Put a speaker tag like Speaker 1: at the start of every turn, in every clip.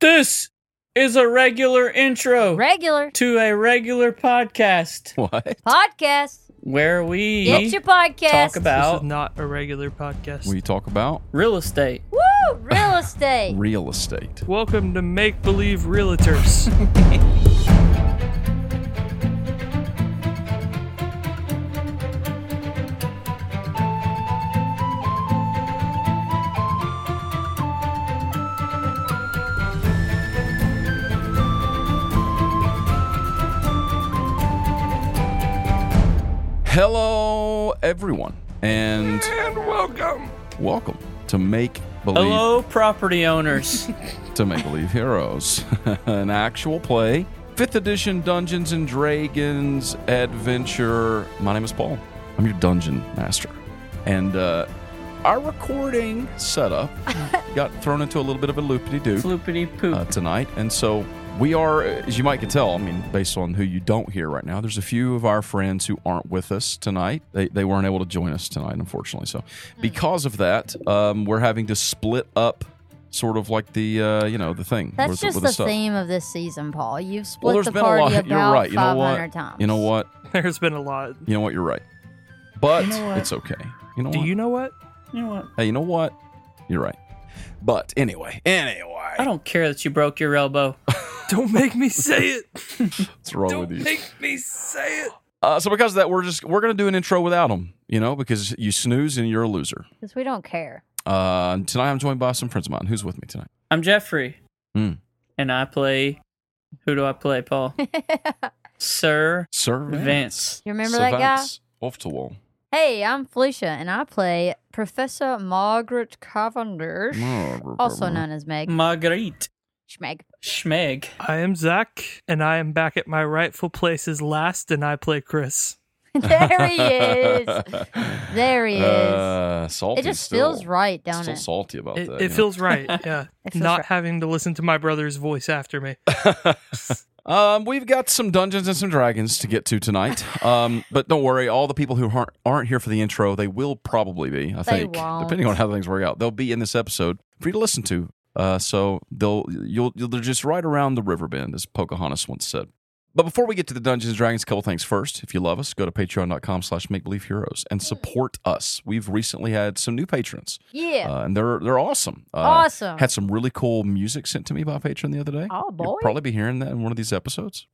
Speaker 1: This is a regular intro
Speaker 2: Regular
Speaker 1: to a regular podcast
Speaker 3: What?
Speaker 2: podcast.
Speaker 1: where we
Speaker 2: Get your podcast.
Speaker 1: talk about
Speaker 4: This is not a regular podcast.
Speaker 3: We talk about
Speaker 1: real estate.
Speaker 2: Woo! Real estate.
Speaker 3: real estate.
Speaker 4: Welcome to Make Believe Realtors.
Speaker 3: Hello, everyone, and
Speaker 4: and welcome.
Speaker 3: welcome to Make Believe
Speaker 1: Hello, property owners.
Speaker 3: to Make Believe Heroes, an actual play, fifth edition Dungeons and Dragons adventure. My name is Paul. I'm your dungeon master, and uh, our recording setup got thrown into a little bit of a loopity doo.
Speaker 1: Floopity poop.
Speaker 3: uh, tonight. And so we are, as you might can tell, I mean, based on who you don't hear right now, there's a few of our friends who aren't with us tonight. They, they weren't able to join us tonight, unfortunately. So
Speaker 2: Hmm.
Speaker 3: because of that, um, we're having to split up sort of like the, uh, you know, the thing.
Speaker 2: That's
Speaker 3: with
Speaker 2: just
Speaker 3: with
Speaker 2: the,
Speaker 3: stuff.
Speaker 2: theme of this season, Paul. You've
Speaker 3: Well,
Speaker 2: split
Speaker 3: there's
Speaker 2: the
Speaker 3: been a
Speaker 2: party
Speaker 3: lot.
Speaker 2: about
Speaker 3: You're right. You know
Speaker 2: 500
Speaker 3: what?
Speaker 2: times.
Speaker 3: You know what?
Speaker 4: There's been a lot.
Speaker 3: You know what? You're right. But
Speaker 1: You know what?
Speaker 3: it's okay. You know
Speaker 4: Do
Speaker 3: what?
Speaker 4: you know what?
Speaker 1: you know what?
Speaker 3: hey, you know what? You're right. But anyway, anyway,
Speaker 1: I don't care that you broke your elbow.
Speaker 4: Don't make me say it.
Speaker 3: what's wrong
Speaker 4: Don't
Speaker 3: with you?
Speaker 4: make me say it.
Speaker 3: Uh, so because of that, we're just we're gonna do an intro without them, you know, because you snooze and you're a loser.
Speaker 2: Because we don't care.
Speaker 3: Uh, and tonight I'm joined by some friends of mine. Who's with me tonight?
Speaker 1: I'm Jeffrey,
Speaker 3: Hmm.
Speaker 1: and I play. Who do I play, Paul?
Speaker 2: you
Speaker 1: Sir
Speaker 3: Sir
Speaker 1: Vance.
Speaker 2: remember
Speaker 3: Sir
Speaker 2: that guy?
Speaker 3: Vance Off to wall.
Speaker 2: Hey, I'm Felicia, and I play Professor Margaret Cavendish,
Speaker 3: Oh,
Speaker 2: also known as
Speaker 3: Mm.
Speaker 2: Meg.
Speaker 1: Marguerite
Speaker 2: Schmeg.
Speaker 1: Schmeg.
Speaker 4: I am Zach, and I am back at my rightful place as last, and I play Chris.
Speaker 2: there he is. There he is.
Speaker 3: Uh, salty
Speaker 2: it just
Speaker 3: still.
Speaker 2: feels right, don't
Speaker 3: still
Speaker 2: it?
Speaker 3: salty about
Speaker 4: It,
Speaker 3: that.
Speaker 4: it
Speaker 3: you know?
Speaker 4: feels right. Yeah.
Speaker 2: It feels
Speaker 4: Not
Speaker 2: right.
Speaker 4: having to listen to my brother's voice after me.
Speaker 3: Um, we've got some dungeons and some dragons to get to tonight. Um, but don't worry, all the people who aren't aren't here for the intro, they will probably be. I
Speaker 2: They
Speaker 3: think,
Speaker 2: won't.
Speaker 3: depending on how things work out, they'll be in this episode for you to listen to. Uh, so they'll you'll, you'll they're just right around the river bend, as Pocahontas once said. But before we get to the Dungeons and Dragons, a couple things. First, if you love us, go to patreon.com slash make believe heroes
Speaker 2: Mm.
Speaker 3: and support us. We've recently had some new patrons,
Speaker 2: yeah.
Speaker 3: uh, and they're they're awesome. Uh,
Speaker 2: awesome.
Speaker 3: Had some really cool music sent to me by a patron the other day.
Speaker 2: oh, boy.
Speaker 3: You'll probably be hearing that in one of these episodes.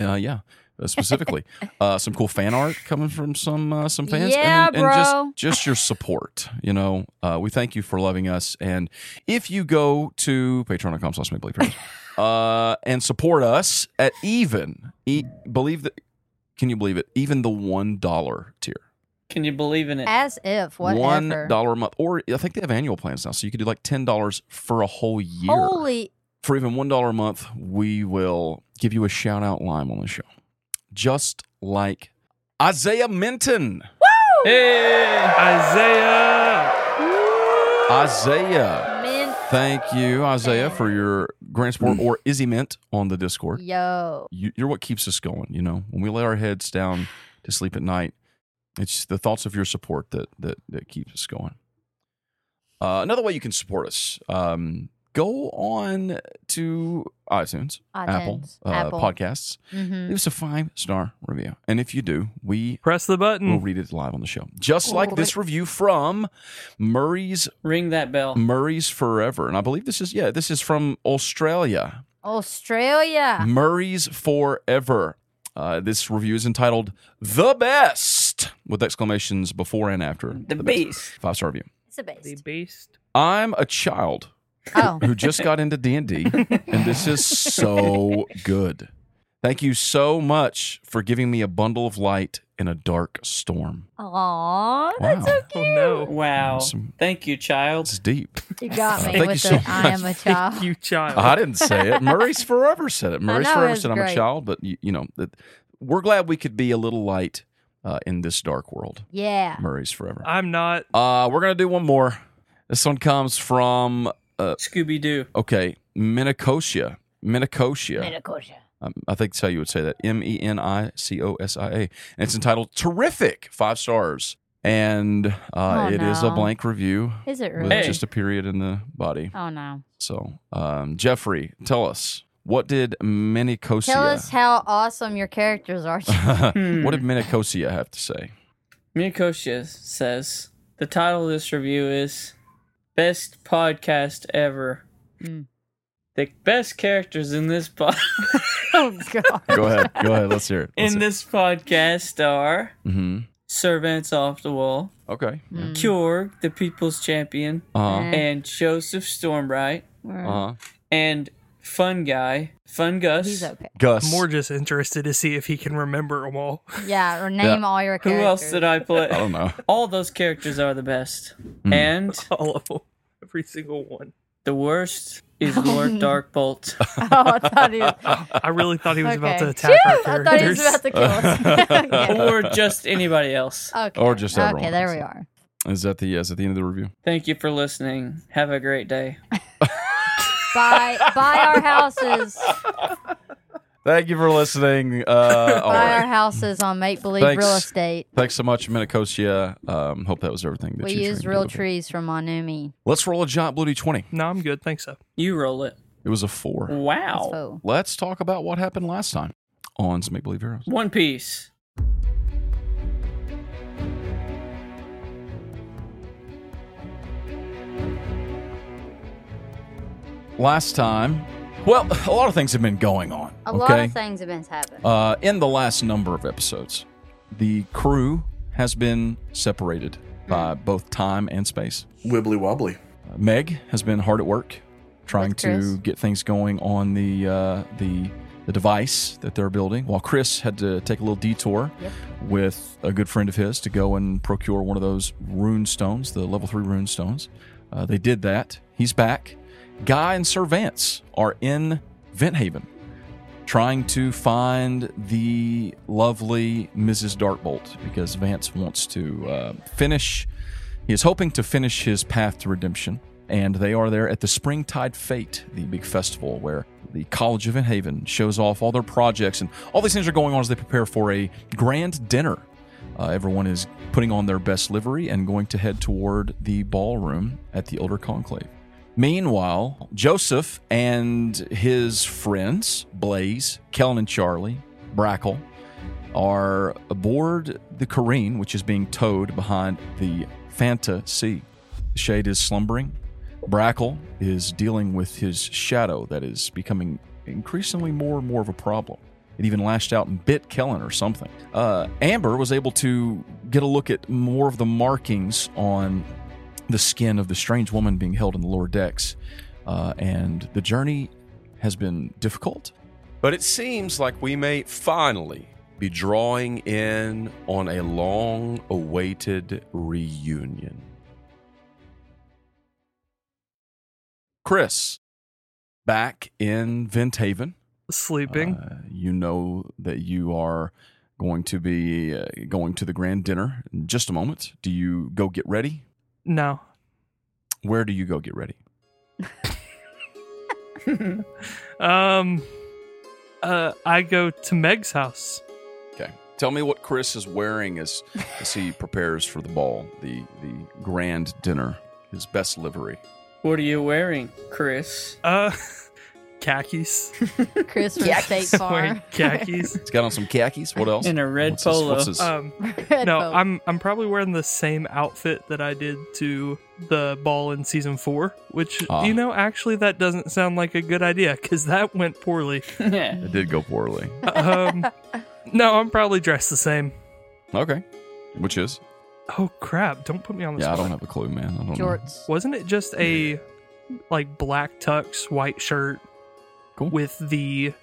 Speaker 3: uh, yeah, uh, specifically, uh, some cool fan art coming from some uh, some fans.
Speaker 2: Yeah,
Speaker 3: and, and just
Speaker 2: bro.
Speaker 3: just your support. You know, uh, we thank you for loving us. And if you go to patreon.com slash make believe heroes, uh, and support us at even e- believe that. Can you believe it? Even the one dollar tier,
Speaker 1: Can you believe in it?
Speaker 2: As if, whatever.
Speaker 3: one dollar a month, or I think they have annual plans now, so you could do like ten dollars for a whole year
Speaker 2: Holy
Speaker 3: for even one dollar a month, we will give you a shout out lime on the show, just like Isaiah Minton.
Speaker 1: Hey!
Speaker 4: Isaiah!
Speaker 3: Isaiah,
Speaker 2: mint.
Speaker 3: thank you, Isaiah, for your grand support or Izzy Mint on the Discord.
Speaker 2: Yo.
Speaker 3: You, you're what keeps us going. You know, when we lay our heads down to sleep at night, it's the thoughts of your support that that that keeps us going. Uh, another way you can support us. Um, Go on to iTunes, Apple,
Speaker 2: iTunes,
Speaker 3: uh,
Speaker 2: Apple.
Speaker 3: podcasts,
Speaker 2: Mm-hmm.
Speaker 3: Leave us a five star review. And if you do, we
Speaker 4: Press the
Speaker 3: will
Speaker 1: Hmm.
Speaker 4: button.
Speaker 3: read it live on the show. Just like this review from Murray's
Speaker 1: Ring that bell.
Speaker 3: Murray's Forever. And I believe this is, yeah, this is from Australia.
Speaker 1: Ah.
Speaker 3: Mm-hmm.
Speaker 2: Australia.
Speaker 3: Murray's Forever. Uh, this review is entitled The Best with exclamations before and after.
Speaker 1: The beast.
Speaker 3: Five star review.
Speaker 2: It's a
Speaker 4: The
Speaker 2: beast.
Speaker 4: beast.
Speaker 3: I'm a child
Speaker 2: Oh,
Speaker 3: who just got into D&D and this is so good. Thank you so much for giving me a bundle of light in a dark storm.
Speaker 2: aw,
Speaker 3: Wow.
Speaker 2: that's so
Speaker 4: Oh
Speaker 2: cute.
Speaker 4: no.
Speaker 1: Wow.
Speaker 3: Some-
Speaker 1: Thank you,
Speaker 3: It's
Speaker 1: child.
Speaker 3: deep.
Speaker 2: You got
Speaker 3: Uh,
Speaker 2: me
Speaker 3: thank
Speaker 2: with
Speaker 3: you
Speaker 2: the
Speaker 3: so
Speaker 2: I am a child.
Speaker 4: Thank you, child.
Speaker 3: I didn't say it. Murray's forever said it. Murray's
Speaker 2: know,
Speaker 3: forever
Speaker 2: it's
Speaker 3: said I'm a
Speaker 2: great.
Speaker 3: child, but you, you know, that we're glad we could be a little light uh, in this dark world.
Speaker 2: Yeah.
Speaker 3: Murray's forever.
Speaker 4: I'm not.
Speaker 3: Uh, we're gonna do one more. This one comes from
Speaker 1: Scooby Doo.
Speaker 3: okay, Minicosia. Minicosia.
Speaker 2: Metacosia.
Speaker 3: Um, I think that's how you would say that. M E N I C O S I A. And it's entitled Terrific. Five stars. and uh,
Speaker 2: Oh,
Speaker 3: it is a
Speaker 2: no.
Speaker 3: blank review
Speaker 2: Is it
Speaker 3: with
Speaker 2: really?
Speaker 3: just a period in the body.
Speaker 2: Oh no.
Speaker 3: So, um, Jeffrey, tell us what did Menicosia?
Speaker 2: Tell us how awesome your characters are.
Speaker 1: Hmm.
Speaker 3: what did Menicosia have to say?
Speaker 1: Mikosha says the title of this review is Best Podcast Ever.
Speaker 2: Mm.
Speaker 1: The best characters in this po-
Speaker 2: oh god.
Speaker 3: Go ahead, go ahead. Let's hear it. Let's
Speaker 1: in this podcast are
Speaker 3: hmm
Speaker 1: Servants Off the Wall,
Speaker 3: Okay.
Speaker 2: Mm.
Speaker 1: Kjorg, the People's Champion,
Speaker 3: Uh
Speaker 1: and Joseph Stormbright,
Speaker 3: huh. Uh huh.
Speaker 1: and Fun Guy, Fun Gus,
Speaker 2: He's okay.
Speaker 3: Gus.
Speaker 4: More just interested to see if he can remember them all.
Speaker 2: Yeah, or name all your
Speaker 1: who
Speaker 2: characters.
Speaker 1: else did I
Speaker 3: I
Speaker 1: play?
Speaker 3: don't Hmm. know.
Speaker 1: All those characters are the best. And
Speaker 4: All of them. Every single one.
Speaker 1: the worst is Lord Darkbolt.
Speaker 2: Oh, I thought he was.
Speaker 4: I really thought he was about to
Speaker 2: Okay.
Speaker 4: attack our
Speaker 2: I thought he was
Speaker 4: characters.
Speaker 2: about to kill us. Yeah.
Speaker 1: or just anybody else.
Speaker 2: okay.
Speaker 3: Or just everyone
Speaker 2: Okay, there
Speaker 3: else.
Speaker 2: we are.
Speaker 3: Is that the is that the end of the review?
Speaker 1: Thank you for listening. Have a great day.
Speaker 2: Buy buy our houses.
Speaker 3: Thank you for listening. Uh, all
Speaker 2: buy
Speaker 3: right.
Speaker 2: our houses on make believe
Speaker 3: Thanks.
Speaker 2: real estate.
Speaker 3: Thanks so much, Minicosia. Um, hope that was everything that
Speaker 2: We
Speaker 3: you
Speaker 2: used
Speaker 3: dreamed
Speaker 2: real
Speaker 3: of.
Speaker 2: trees from Monumi.
Speaker 3: Let's roll a giant bloody twenty.
Speaker 4: no, I'm good. Thanks. So.
Speaker 1: You roll it.
Speaker 3: It was a
Speaker 2: Mm.
Speaker 3: four.
Speaker 1: Wow.
Speaker 2: So
Speaker 3: Let's talk about what happened last time on some Make Believe Heroes.
Speaker 1: One Piece.
Speaker 3: Last time, well, a lot of things have been going on.
Speaker 2: a
Speaker 3: okay?
Speaker 2: lot of things have been happening.
Speaker 3: Uh, in the last number of episodes, the crew has been separated by both time and space.
Speaker 5: Wibbly wobbly.
Speaker 3: Meg has been hard at work trying
Speaker 2: With Chris.
Speaker 3: to get things going on the uh, the the device that they're building. While Chris had to take a little detour
Speaker 2: Yep.
Speaker 3: with a good friend of his to go and procure one of those rune stones, the level three rune stones. Uh, they did that. He's back. Guy and Sir Vance are in Vent Haven trying to find the lovely Mrs. Darkbolt because Vance wants to uh, finish. He is hoping to finish his path to redemption, and they are there at the Springtide Fete, the big festival where the College of Haven shows off all their projects and all these things are going on as they prepare for a grand dinner. Uh, everyone is putting on their best livery and going to head toward the ballroom at the Elder Conclave. Meanwhile, Joseph and his friends, Blaze, Kellen and Charlie, Brackle, are aboard the Careen, which is being towed behind the Fanta Sea. Shade is slumbering. Brackle is dealing with his shadow that is becoming increasingly more and more of a problem. It even lashed out and bit Kellen or something. Uh, Amber was able to get a look at more of the markings on the skin of the strange woman being held in the lower decks. Uh, and the journey has been difficult.
Speaker 5: But it seems like we may finally be drawing in on a long awaited reunion.
Speaker 3: Chris, back in Venthaven,
Speaker 4: Sleeping.
Speaker 3: uh, you know that you are going to be uh, going to the grand dinner in just a moment. Do you go get ready?
Speaker 4: no.
Speaker 3: Where do you go get ready?
Speaker 4: Um. Uh, I go to Meg's house.
Speaker 3: Okay. Tell me what Chris is wearing as, as he prepares for the ball, the, the grand dinner, his best livery.
Speaker 1: What are you wearing, Chris?
Speaker 4: Uh, khakis.
Speaker 2: Chris from State
Speaker 4: Wearing
Speaker 2: Farm.
Speaker 4: khakis.
Speaker 3: He's got on some khakis. What else?
Speaker 1: In a red
Speaker 3: What's his-
Speaker 1: polo.
Speaker 3: what's his-
Speaker 4: Um,
Speaker 2: Red
Speaker 4: no,
Speaker 2: boat.
Speaker 4: I'm I'm probably wearing the same outfit that I did to the ball in season four, which
Speaker 3: Ah.
Speaker 4: you know actually that doesn't sound like a good idea because that went poorly.
Speaker 1: yeah.
Speaker 3: It did go poorly.
Speaker 4: Um, no, I'm probably dressed the same.
Speaker 3: Okay. Which is?
Speaker 4: Oh crap! Don't put me on the
Speaker 3: Yeah, I
Speaker 4: spot.
Speaker 3: don't have a clue, man. I don't know.
Speaker 2: jorts.
Speaker 4: Wasn't it just a like black tux, white shirt
Speaker 3: Cool.
Speaker 4: with the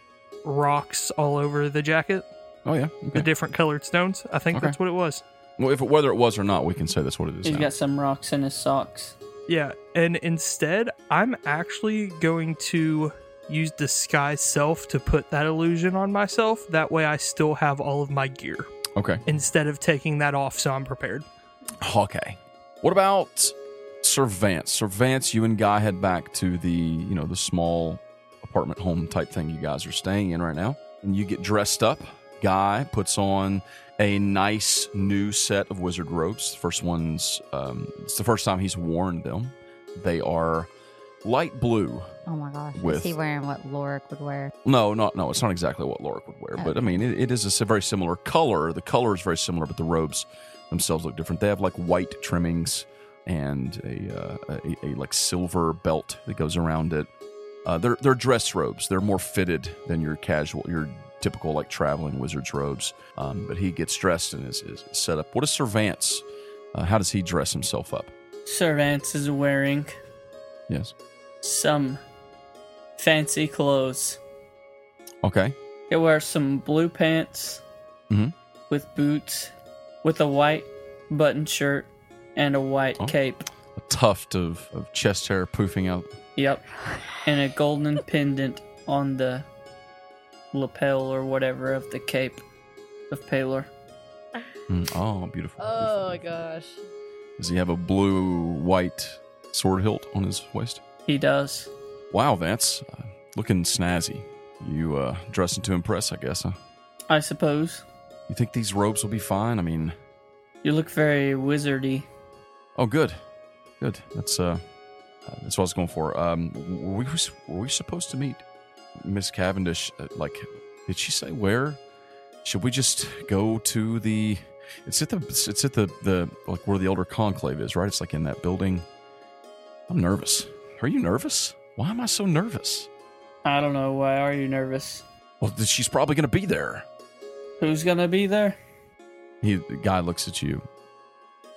Speaker 4: rocks all over the jacket,
Speaker 3: Oh, yeah.
Speaker 4: the
Speaker 3: Okay.
Speaker 4: different colored stones? I think
Speaker 3: Okay.
Speaker 4: that's what it was.
Speaker 3: Well, if it, whether it was or not, we can say that's what it is
Speaker 1: He's
Speaker 3: now.
Speaker 1: got some rocks in his socks.
Speaker 4: Yeah, and instead, I'm actually going to use disguise self to put that illusion on myself. That way, I still have all of my gear
Speaker 3: Okay.
Speaker 4: instead of taking that off, so I'm prepared.
Speaker 3: Okay. What about Servance? Servance, you and Guy head back to the, you know, the small apartment home type thing you guys are staying in right now. And you get dressed up guy puts on a nice new set of wizard robes. First one's um, it's the first time he's worn them. They are light blue.
Speaker 2: Oh my gosh.
Speaker 3: With-
Speaker 2: Is he wearing what Lorik would wear?
Speaker 3: No, not no. It's not exactly what Lorik would wear, but I mean, it, it is a s- very similar color. The color is very similar, but the robes themselves look different. They have like white trimmings and a, uh, a, a like silver belt that goes around it. Uh, they're they're dress robes. They're more fitted than your casual, your typical like traveling wizard's robes. Um, but he gets dressed and is, is set up. What is Servance? Uh, how does he dress himself up?
Speaker 1: Sir Vance is wearing
Speaker 3: Yes.
Speaker 1: some fancy clothes.
Speaker 3: Okay.
Speaker 1: He wears some blue pants
Speaker 3: Mhm.
Speaker 1: with boots, with a white button shirt and a white
Speaker 3: Oh.
Speaker 1: cape.
Speaker 3: A tuft of, of chest hair poofing out.
Speaker 1: Yep. And a golden pendant on the lapel or whatever of the cape of Palor.
Speaker 3: Mm, Oh, beautiful. beautiful.
Speaker 2: gosh.
Speaker 3: Does he have a blue white sword hilt on his waist?
Speaker 1: He does.
Speaker 3: Wow, Vance, uh, looking snazzy. You uh, dressing to impress, I guess. Huh?
Speaker 1: I suppose.
Speaker 3: You think these robes will be fine? I mean,
Speaker 1: You look very wizardy.
Speaker 3: oh, good, good. That's uh, uh, that's what I was going for. Um, were we were we supposed to meet Miss Cavendish? Uh, like, did she say where? Should we just go to the? It's at the it's at the the like where the Elder Conclave is, right? It's like in that building. I'm nervous. Are you nervous? Why am I so nervous?
Speaker 1: I don't know. Why are you nervous?
Speaker 3: Well, th- she's probably going to be there.
Speaker 1: Who's gonna be there?
Speaker 3: He, the guy looks at you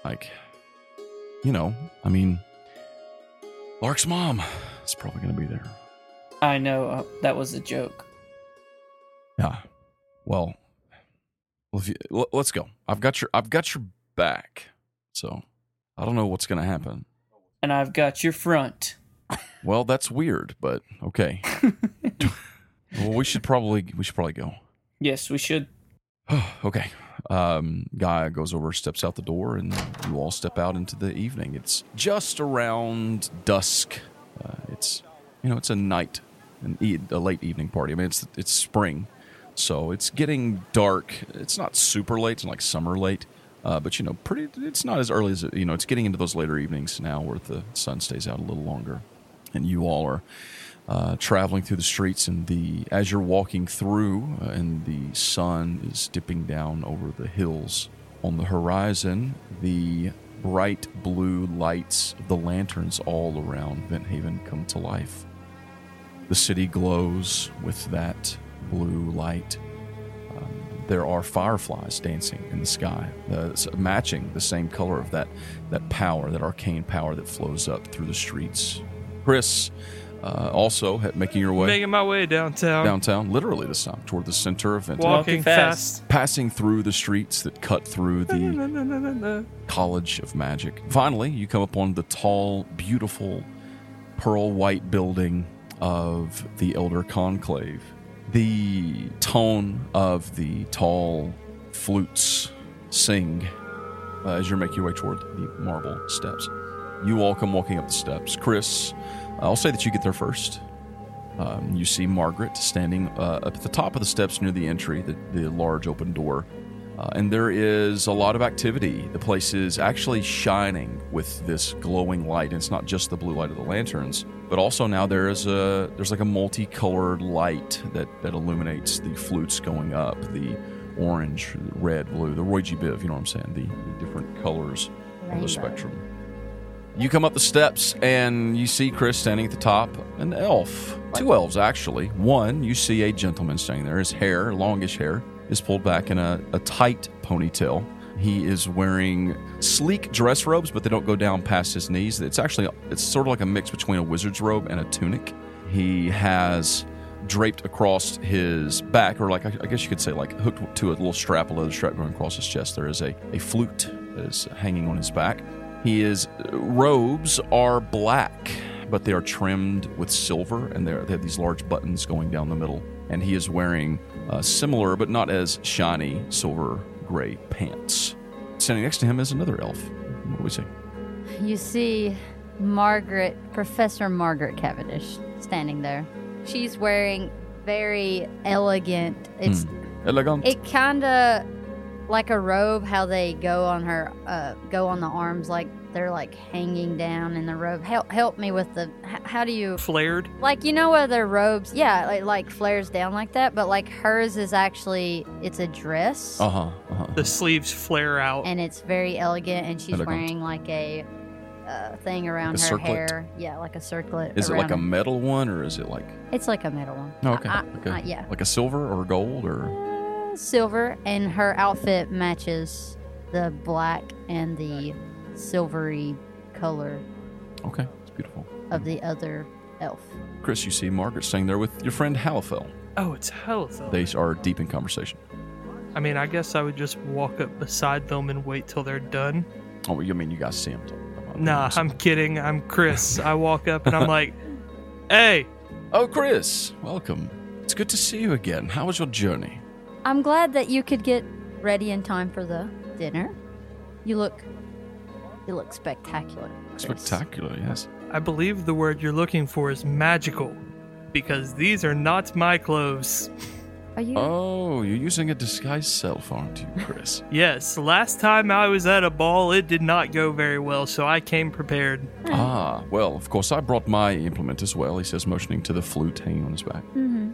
Speaker 3: like, you know, I mean, Lark's mom is probably going to be there.
Speaker 1: I know. Uh, that was a joke.
Speaker 3: Yeah. Well, well if you, l- let's go. I've got your, I've got your back. So I don't know what's going to happen.
Speaker 1: And I've got your front.
Speaker 3: Well, that's weird, but okay. well, we should probably, we should probably go.
Speaker 1: Yes, we should.
Speaker 3: okay. Um, guy goes over, steps out the door, and you all step out into the evening. It's just around dusk. Uh, it's, you know, it's a night, an e- a late evening party. I mean, it's it's spring, so it's getting dark. It's not super late. It's not like summer late, uh, but you know, pretty. It's not as early as it- you know. It's getting into those later evenings now, where the sun stays out a little longer, and you all are uh, traveling through the streets and the as you're walking through uh, and the sun is dipping down over the hills on the horizon the bright blue lights of the lanterns all around Vent Haven come to life the city glows with that blue light um, there are fireflies dancing in the sky, uh, s- matching the same color of that, that power, that arcane power that flows up through the streets. Chris, uh, also ha- making your way
Speaker 4: Making my way downtown.
Speaker 3: downtown, literally this time, toward the center of Vinton,
Speaker 1: Walk.
Speaker 4: Walking
Speaker 1: Walking fast.
Speaker 4: fast.
Speaker 3: passing through the streets that cut through the
Speaker 4: Na-na-na-na-na.
Speaker 3: College of Magic. Finally, you come upon the tall, beautiful, pearl white building of the Elder Conclave. The tone of the tall flutes sing uh, as you make your way toward the marble steps. You all come walking up the steps. Chris, I'll say that you get there first. Um, you see Margaret standing uh, up at the top of the steps near the entry, the, the large open door. Uh, and there is a lot of activity. The place is actually shining with this glowing light. And it's not just the blue light of the lanterns, but also now there is a there's like a multicolored light that that illuminates the flutes going up, the orange, red, blue, the Roy G. Biv. You know what I'm saying? The, the different colors on
Speaker 2: Rainbow.
Speaker 3: the spectrum. You come up the steps and you see Chris standing at the top, an elf. Two elves, actually. One, you see a gentleman standing there. His hair, longish hair, is pulled back in a, a tight ponytail. He is wearing sleek dress robes, but they don't go down past his knees. It's actually it's sort of like a mix between a wizard's robe and a tunic. He has draped across his back, or like I I guess you could say, like hooked to a little strap, a leather strap going across his chest. There is a, a flute that is hanging on his back. He is robes are black, but they are trimmed with silver, and they, are, they have these large buttons going down the middle. And he is wearing uh, similar, but not as shiny, silver gray pants. Standing next to him is another elf. What do we say?
Speaker 2: You see Margaret, Professor Margaret
Speaker 3: Hmm.
Speaker 2: Cavendish, standing there. She's wearing very elegant. It's
Speaker 3: Elegant.
Speaker 2: It kind of like a robe, how they go on her, uh, go on the arms like they're like hanging down in the robe. Help, help me with the. h- How do you
Speaker 4: Flared.
Speaker 2: like? You know where their robes? Yeah, like, like flares down like that, but like hers is actually it's a dress.
Speaker 3: Uh huh. Uh-huh.
Speaker 4: The sleeves flare out.
Speaker 2: and it's very elegant and she's
Speaker 3: Elegant.
Speaker 2: wearing like a uh, thing around
Speaker 3: a
Speaker 2: her
Speaker 3: circlet?
Speaker 2: hair yeah like a circlet
Speaker 3: Is it like a
Speaker 2: around
Speaker 3: metal one or is it like
Speaker 2: her- it's like a metal one
Speaker 3: Oh, okay,
Speaker 2: I- I-
Speaker 3: okay.
Speaker 2: I- uh, yeah
Speaker 3: like a silver or gold or?
Speaker 2: Uh, silver and her outfit matches the black and the silvery color
Speaker 3: Okay, it's beautiful.
Speaker 2: of the other elf
Speaker 3: Chris, you see Margaret staying there with your friend Halifel.
Speaker 4: oh, it's hell though.
Speaker 3: They are deep in conversation.
Speaker 4: I mean, I guess I would just walk up beside them and wait till they're done.
Speaker 3: Oh, well, you mean you guys see him? talking about-
Speaker 4: Nah, I'm kidding. I'm Chris. I walk up and I'm like, hey,
Speaker 3: Oh, Chris, welcome. It's good to see you again. How was your journey?
Speaker 2: i'm glad that you could get ready in time for the dinner you look you look spectacular Chris.
Speaker 3: Spectacular, yes.
Speaker 4: I believe the word you're looking for is magical because these are not my clothes.
Speaker 2: are you
Speaker 3: Oh, you're using a disguised self, aren't you, Chris?
Speaker 4: Yes, last time I was at a ball, it did not go very well, so I came prepared.
Speaker 3: ah, well, of course, I brought my implement as well. He says, motioning to the flute hanging on his back.
Speaker 2: Mhm.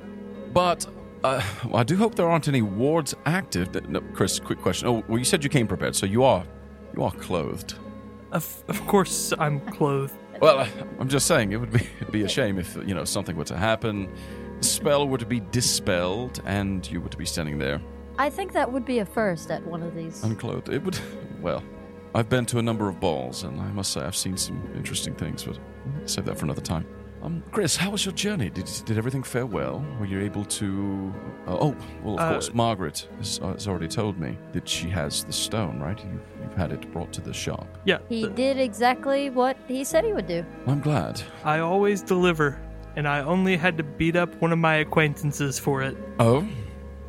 Speaker 3: But uh, I do hope there aren't any wards active. Th- No, Chris, quick question. Oh, well, you said you came prepared, so you are, you are clothed.
Speaker 4: Of, of course, I'm clothed.
Speaker 3: Well, I- I'm just saying it would be it'd be a shame if you know something were to happen, the spell were to be dispelled, and you were to be standing there
Speaker 2: i think that would be a first at one of these
Speaker 3: unclothed. It would. Well, I've been to a number of balls, and I must say I've seen some interesting things, but save that for another time. Um, Chris, how was your journey? Did did everything fare well? Were you able to? Uh, oh, well, of
Speaker 4: Uh,
Speaker 3: course. Margaret has, uh, has already told me that she has the stone, right? You've, you've had it brought to the shop.
Speaker 4: Yeah,
Speaker 2: He
Speaker 4: th-
Speaker 2: did exactly what he said he would do.
Speaker 3: I'm glad.
Speaker 4: I always deliver, and I only had to beat up one of my acquaintances for it.
Speaker 3: Oh,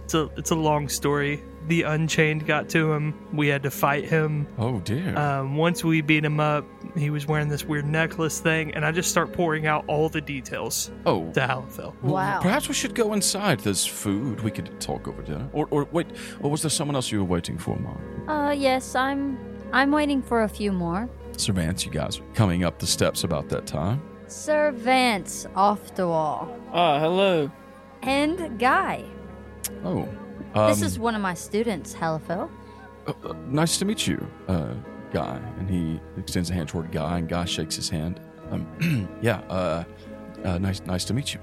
Speaker 4: It's a, it's a long story. The Unchained got to him. We had to fight him.
Speaker 3: oh dear.
Speaker 4: Um, once we beat him up, he was wearing this weird necklace thing, and I just start pouring out all the details
Speaker 3: oh,
Speaker 4: to Halifel.
Speaker 3: Well,
Speaker 2: Wow.
Speaker 3: Perhaps we should go inside. There's food. We could talk over dinner. Or, or wait, or was there someone else you were waiting for, Mark?
Speaker 2: Uh, yes, I'm. I'm waiting for a few more.
Speaker 3: Sir Vance, you guys were coming up the steps about that time.
Speaker 2: Sir Vance off the wall
Speaker 1: Ah, hello.
Speaker 2: and Guy.
Speaker 3: Oh,
Speaker 2: this
Speaker 3: um,
Speaker 2: is one of my students, Halifel.
Speaker 3: uh, uh, nice to meet you, uh, Guy. And he extends a hand toward Guy, and Guy shakes his hand. Um, yeah, uh, uh, nice, nice to meet you.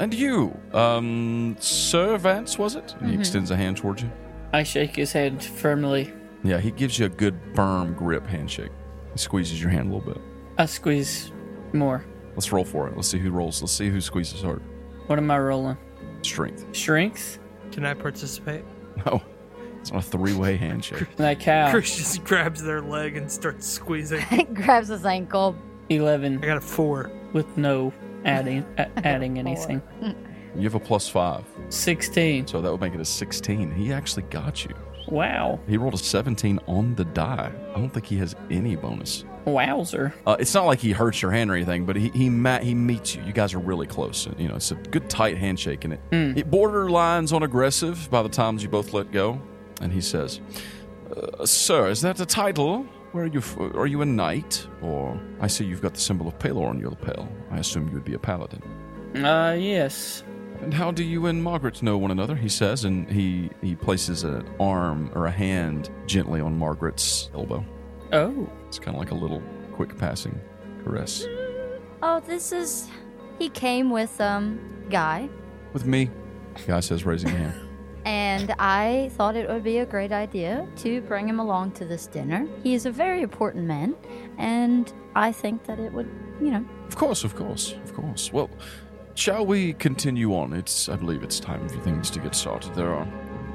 Speaker 3: And you, um, Sir Vance, was it?
Speaker 2: Mm-hmm.
Speaker 3: He extends a hand towards you.
Speaker 1: I shake his hand firmly.
Speaker 3: Yeah, he gives you a good firm grip handshake. He squeezes your hand a little bit.
Speaker 1: I squeeze more.
Speaker 3: Let's roll for it. Let's see who rolls. Let's see who squeezes hard.
Speaker 1: What am I rolling?
Speaker 3: Strength.
Speaker 1: Strength?
Speaker 4: Can I participate?
Speaker 3: No, it's not a three-way handshake.
Speaker 1: Like how?
Speaker 4: Chris just grabs their leg and starts squeezing.
Speaker 2: Grabs his ankle.
Speaker 1: 11
Speaker 4: I got a four.
Speaker 1: with no adding a- adding anything.
Speaker 3: You have a plus five,
Speaker 1: 16.
Speaker 3: so that would make it a sixteen. He actually got you.
Speaker 1: Wow.
Speaker 3: He rolled a seventeen on the die. I don't think he has any bonus.
Speaker 1: Wowzer.
Speaker 3: Uh, it's not like he hurts your hand or anything, but he he ma- he meets you. You guys are really close. You know, it's a good tight handshake, and it it borderlines on aggressive by the times you both let go. And he says, uh, "Sir, is that a title? Where are you? F- are you a knight? Or I see you've got the symbol of Palor on your lapel. I assume you would be a paladin."
Speaker 1: Uh, yes.
Speaker 3: And how do you and Margaret know one another? He says, and he he places an arm or a hand gently on Margaret's elbow.
Speaker 1: Oh.
Speaker 3: It's kind of like a little quick passing caress.
Speaker 2: Oh, this is. He came with um Guy,
Speaker 3: With me, guy says, raising a hand.
Speaker 2: and I thought it would be a great idea to bring him along to this dinner. He is a very important man, and I think that it would, you know,
Speaker 3: of course, of course, of course. Well, shall we continue on? It's I believe it's time for things to get started. There are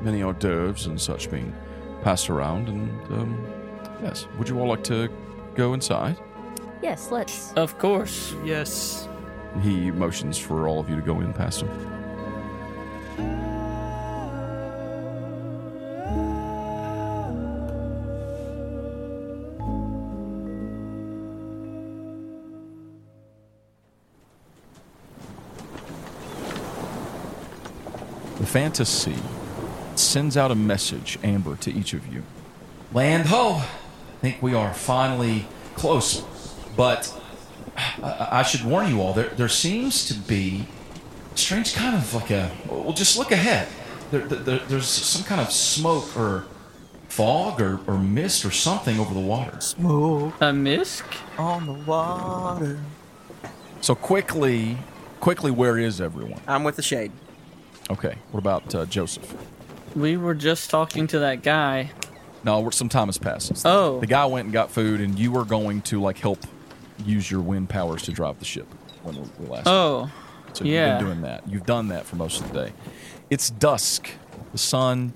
Speaker 3: many hors d'oeuvres and such being passed around, and um, yes, would you all like to go inside?
Speaker 2: yes, let's.
Speaker 1: Of course.
Speaker 4: Yes.
Speaker 3: He motions for all of you to go in past him. The fantasy sends out a message, Amber, to each of you. Land ho! I think we are finally close, but I, I should warn you all. There, there seems to be a strange kind of like a. Well, just look ahead. There, there- there, there's some kind of smoke or fog or, or mist or something over the water.
Speaker 6: Smoke
Speaker 1: A misc?
Speaker 6: on the water.
Speaker 3: So quickly, quickly, where is everyone?
Speaker 6: I'm with the shade.
Speaker 3: Okay, what about uh, Joseph?
Speaker 1: We were just talking to that guy.
Speaker 3: No, we're- some time has passed.
Speaker 1: Oh.
Speaker 3: the guy went and got food, and you were going to like help use your wind powers to drive the ship when we- we last.
Speaker 1: Oh,
Speaker 3: So
Speaker 1: Yeah.
Speaker 3: you've been doing that. You've done that for most of the day. It's dusk. The sun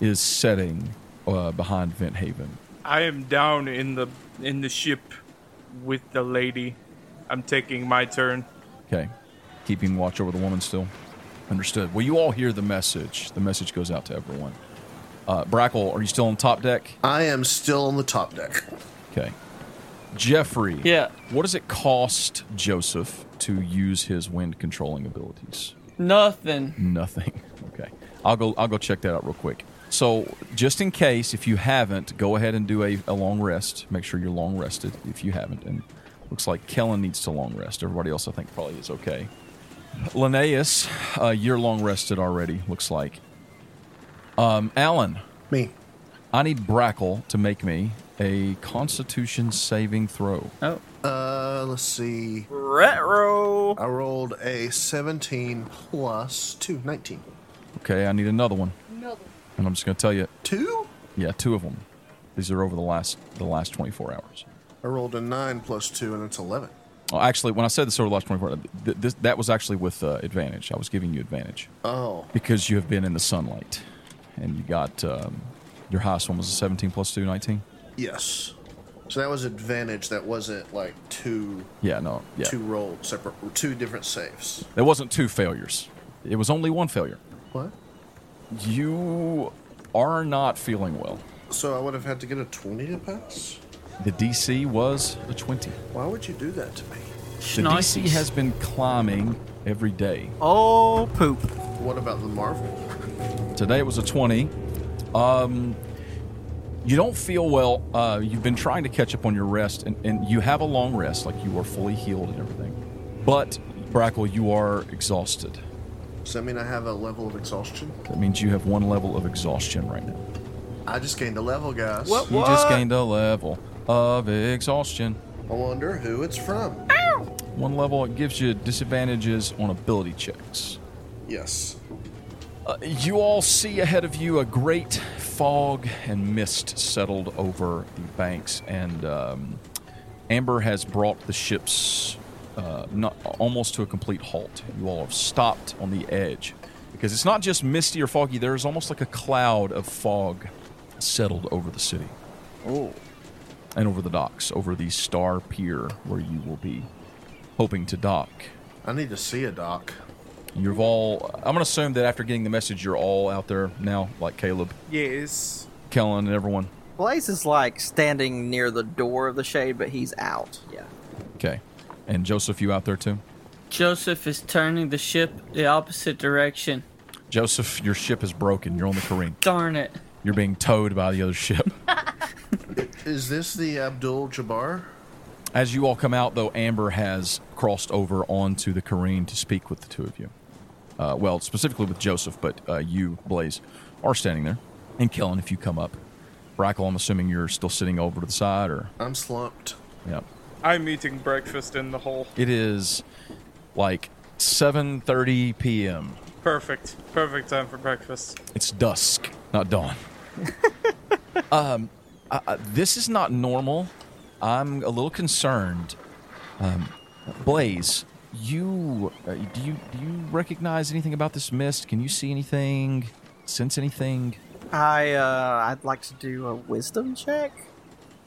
Speaker 3: is setting uh, behind Vent Haven.
Speaker 7: I am down in the in the ship with the lady. I'm taking my turn.
Speaker 3: Okay. Keeping watch over the woman still. Understood. Well, you all hear the message. The message goes out to everyone. Uh, Brackle, are you still on top deck?
Speaker 8: I am still on the top deck.
Speaker 3: Okay. Jeffrey.
Speaker 1: Yeah.
Speaker 3: What does it cost Joseph to use his wind controlling abilities?
Speaker 1: nothing.
Speaker 3: Mm, Nothing. Okay. I'll go I'll go check that out real quick. So just in case, if you haven't, go ahead and do a, a long rest. Make sure you're long rested if you haven't. And looks like Kellen needs to long rest. Everybody else I think probably is okay. Linnaeus, uh, you're long rested already, looks like. Um, Alan,
Speaker 8: Me.
Speaker 3: I need Brackle to make me a constitution saving throw.
Speaker 1: Oh,
Speaker 8: Uh, let's see.
Speaker 6: Retro.
Speaker 8: I rolled a 17 plus 2, 19.
Speaker 3: Okay, I need another one. And I'm just gonna tell you,
Speaker 8: Two?
Speaker 3: yeah, two of them. These are over the last the last 24 hours.
Speaker 8: I rolled a 9 plus 2, and it's 11.
Speaker 3: Oh, actually, when I said this over the last 24 hours, th- this, that was actually with uh, advantage. I was giving you advantage
Speaker 8: Oh.
Speaker 3: because you have been in the sunlight and you got um, your highest one was a 17 plus 2, 19.
Speaker 8: Yes. So that was advantage. That wasn't like two
Speaker 3: Yeah, no, yeah.
Speaker 8: two rolled separate two different saves.
Speaker 3: There wasn't two failures, it was only one failure.
Speaker 8: What?
Speaker 3: You are not feeling well.
Speaker 8: So I would have had to get a twenty to pass?
Speaker 3: The DC was a 20.
Speaker 8: Why would you do that to me?
Speaker 3: The DC
Speaker 1: Schneisies.
Speaker 3: has been climbing every day.
Speaker 6: Oh, poop.
Speaker 8: What about the Marvel?
Speaker 3: Today it was a 20. Um, you don't feel well. Uh, you've been trying to catch up on your rest, and, and you have a long rest, like you are fully healed and everything. But, Brackle, you are exhausted.
Speaker 8: Does that mean I have a level of exhaustion?
Speaker 3: That means you have one level of exhaustion right now.
Speaker 8: I just gained a level, guys.
Speaker 6: What?
Speaker 3: You just gained a level of exhaustion.
Speaker 8: I wonder who it's from.
Speaker 3: One level it gives you disadvantages on ability checks.
Speaker 8: Yes.
Speaker 3: Uh, you all see ahead of you a great fog and mist settled over the banks, and um, Amber has brought the ships uh, not, almost to a complete halt. You all have stopped on the edge because it's not just misty or foggy, there is almost like a cloud of fog settled over the city.
Speaker 8: Oh,
Speaker 3: And over the docks, over the Star Pier, where you will be hoping to dock
Speaker 8: I need to see a doc.
Speaker 3: You've all. I'm gonna assume that after getting the message, you're all out there now, like Caleb,
Speaker 7: Yes.
Speaker 3: Kellen, and everyone.
Speaker 6: Blaze is like standing near the door of the shade, but he's out. Yeah.
Speaker 3: Okay, and Joseph, you out there too?
Speaker 1: Joseph is turning the ship the opposite direction.
Speaker 3: Joseph, your ship is broken. You're on the careen.
Speaker 1: Darn it.
Speaker 3: You're being towed by the other ship.
Speaker 8: Is this the Abdul Jabbar?
Speaker 3: As you all come out, though, Amber has crossed over onto the careen to speak with the two of you. Uh, well, specifically with Joseph, but uh, you, Blaze, are standing there, and Kellen, if you come up. Brackle, I'm assuming you're still sitting over to the side, or
Speaker 8: I'm slumped.
Speaker 3: yeah.
Speaker 7: I'm eating breakfast in the hole.
Speaker 3: It is like 7:30 p.m.
Speaker 7: Perfect. Perfect time for breakfast.
Speaker 3: It's dusk, not dawn. um, I, I, this is not normal. I'm a little concerned. Um, Blaze, you uh, do you do you recognize anything about this mist? Can you see anything? Sense anything?
Speaker 6: I uh, I'd like to do a wisdom check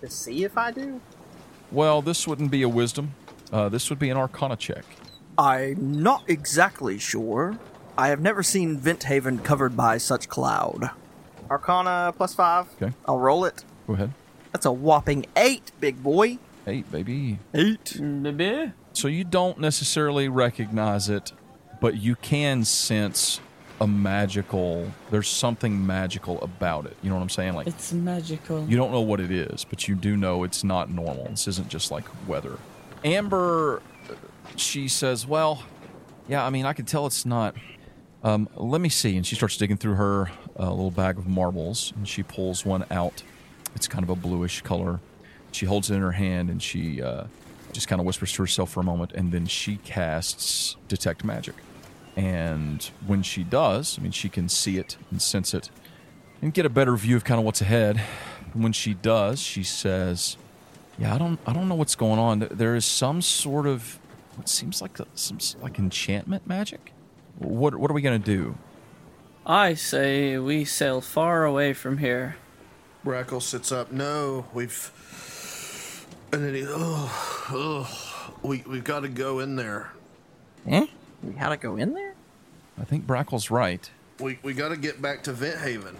Speaker 6: to see if I do.
Speaker 3: Well, this wouldn't be a wisdom. Uh, this would be an Arcana check.
Speaker 6: I'm not exactly sure. I have never seen Vent Haven covered by such cloud. Arcana plus five.
Speaker 3: Okay.
Speaker 6: I'll roll it.
Speaker 3: Go ahead.
Speaker 6: That's a whopping eight, big boy.
Speaker 3: Eight, baby.
Speaker 6: Eight.
Speaker 1: Maybe?
Speaker 3: So you don't necessarily recognize it, but you can sense a magical. There's something magical about it. You know what I'm saying? Like
Speaker 1: It's magical.
Speaker 3: you don't know what it is, but you do know it's not normal. This isn't just like weather. Amber, uh, she says, "Well, yeah, I mean, I can tell it's not." Um, let me see. And she starts digging through her uh, little bag of marbles, and she pulls one out. It's kind of a bluish color. She holds it in her hand, and she uh, just kind of whispers to herself for a moment, and then she casts detect magic. And when she does, I mean, she can see it and sense it, and get a better view of kind of what's ahead. When she does, she says, "Yeah, I don't, I don't know what's going on. There- There is some sort of what seems like a- some s- like enchantment magic. What, what are we gonna do?
Speaker 1: I say we sail far away from here.
Speaker 8: Brackle sits up. No, we've. And then he, oh, oh, we we've got to go in there.
Speaker 6: Eh? We gotta go in there?
Speaker 3: I think Brackle's right.
Speaker 8: We we got to get back to Vent Haven.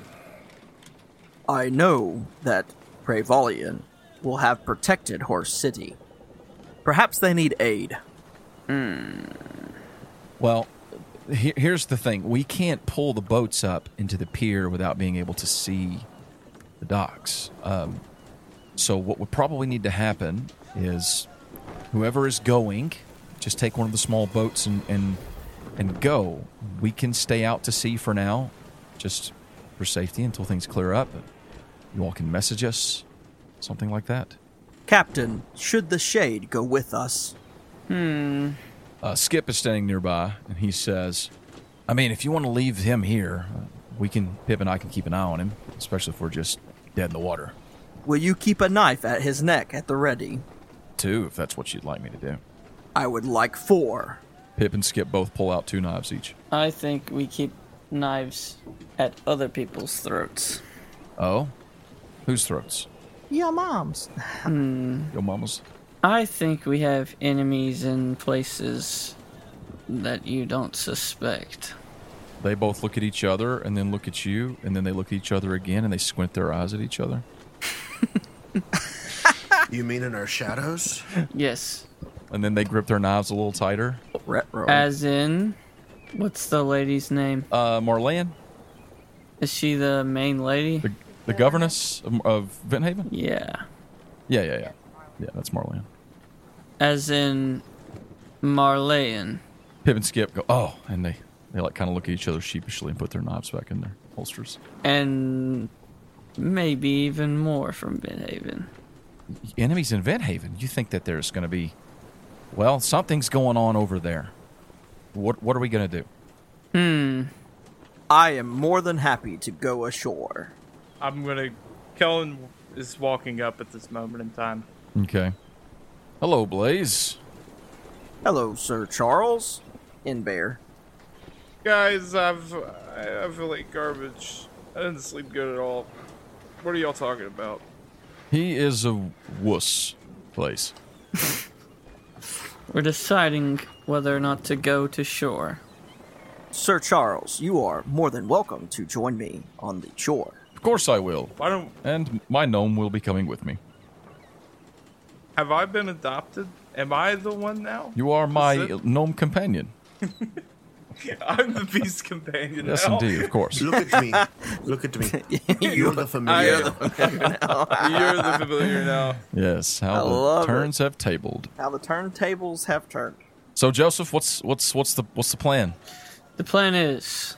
Speaker 6: I know that Pravolian will have protected Horse City. Perhaps they need aid.
Speaker 3: Well, he- here's the thing: we can't pull the boats up into the pier without being able to see the docks. Um, so, what would probably need to happen is whoever is going, just take one of the small boats and and and go. We can stay out to sea for now, just for safety until things clear up. You all can message us, something like that.
Speaker 6: Captain, should the Shade go with us?
Speaker 3: Uh, Skip is standing nearby, and he says, "I mean, if you want to leave him here, uh, we can. Pip and I can keep an eye on him, especially if we're just dead in the water,
Speaker 6: Will you keep a knife at his neck at the ready?
Speaker 3: too, if that's what you'd like me to do."
Speaker 6: I would like four.
Speaker 3: Pip and Skip both pull out two knives each.
Speaker 1: I think we keep knives at other people's throats.
Speaker 3: Oh, whose throats?
Speaker 6: Yeah, moms.
Speaker 3: Your mama's.
Speaker 1: I think we have enemies in places that you don't suspect.
Speaker 3: They both look at each other, and then look at you, and then they look at each other again, and they squint their eyes at each other.
Speaker 8: You mean in our shadows?
Speaker 1: Yes.
Speaker 3: And then they grip their knives a little tighter.
Speaker 6: Retro.
Speaker 1: As in, what's the lady's name?
Speaker 3: Uh, Marlan,
Speaker 1: Is she the main lady?
Speaker 3: the, the governess of, of Vent Haven?
Speaker 1: Yeah.
Speaker 3: Yeah, yeah, yeah. Yeah, that's Marlan.
Speaker 1: As in, Marleyan.
Speaker 3: Pip and Skip go, oh, and they, they like kind of look at each other sheepishly and put their knives back in their holsters.
Speaker 1: And maybe even more from Benhaven.
Speaker 3: Enemies in Vent Haven. You think that there's going to be, well, something's going on over there. What what are we going to do?
Speaker 6: I am more than happy to go ashore.
Speaker 7: I'm gonna. Kellen is walking up at this moment in time.
Speaker 3: Okay. Hello, Blaze.
Speaker 6: Hello, Sir Charles. In bear.
Speaker 7: Guys, I've I, I feel like garbage. I didn't sleep good at all. What are y'all talking about?
Speaker 3: He is a wuss, Blaze.
Speaker 1: We're deciding whether or not to go to shore.
Speaker 6: Sir Charles, you are more than welcome to join me on the shore.
Speaker 3: Of course I will.
Speaker 7: Why don't
Speaker 3: And my gnome will be coming with me.
Speaker 7: have I been adopted? Am I the one now?
Speaker 3: You are my
Speaker 7: Is it-
Speaker 3: gnome companion.
Speaker 7: I'm the beast companion.
Speaker 3: Yes,
Speaker 7: now.
Speaker 3: indeed, of course.
Speaker 8: Look at me. Look at me. You're the
Speaker 7: I
Speaker 8: familiar.
Speaker 7: am. You're the familiar now.
Speaker 3: Yes, how
Speaker 6: I
Speaker 3: the
Speaker 6: love it.
Speaker 3: turns have tabled.
Speaker 6: How the turntables have turned.
Speaker 3: So Joseph, what's what's what's the what's the plan?
Speaker 1: The plan is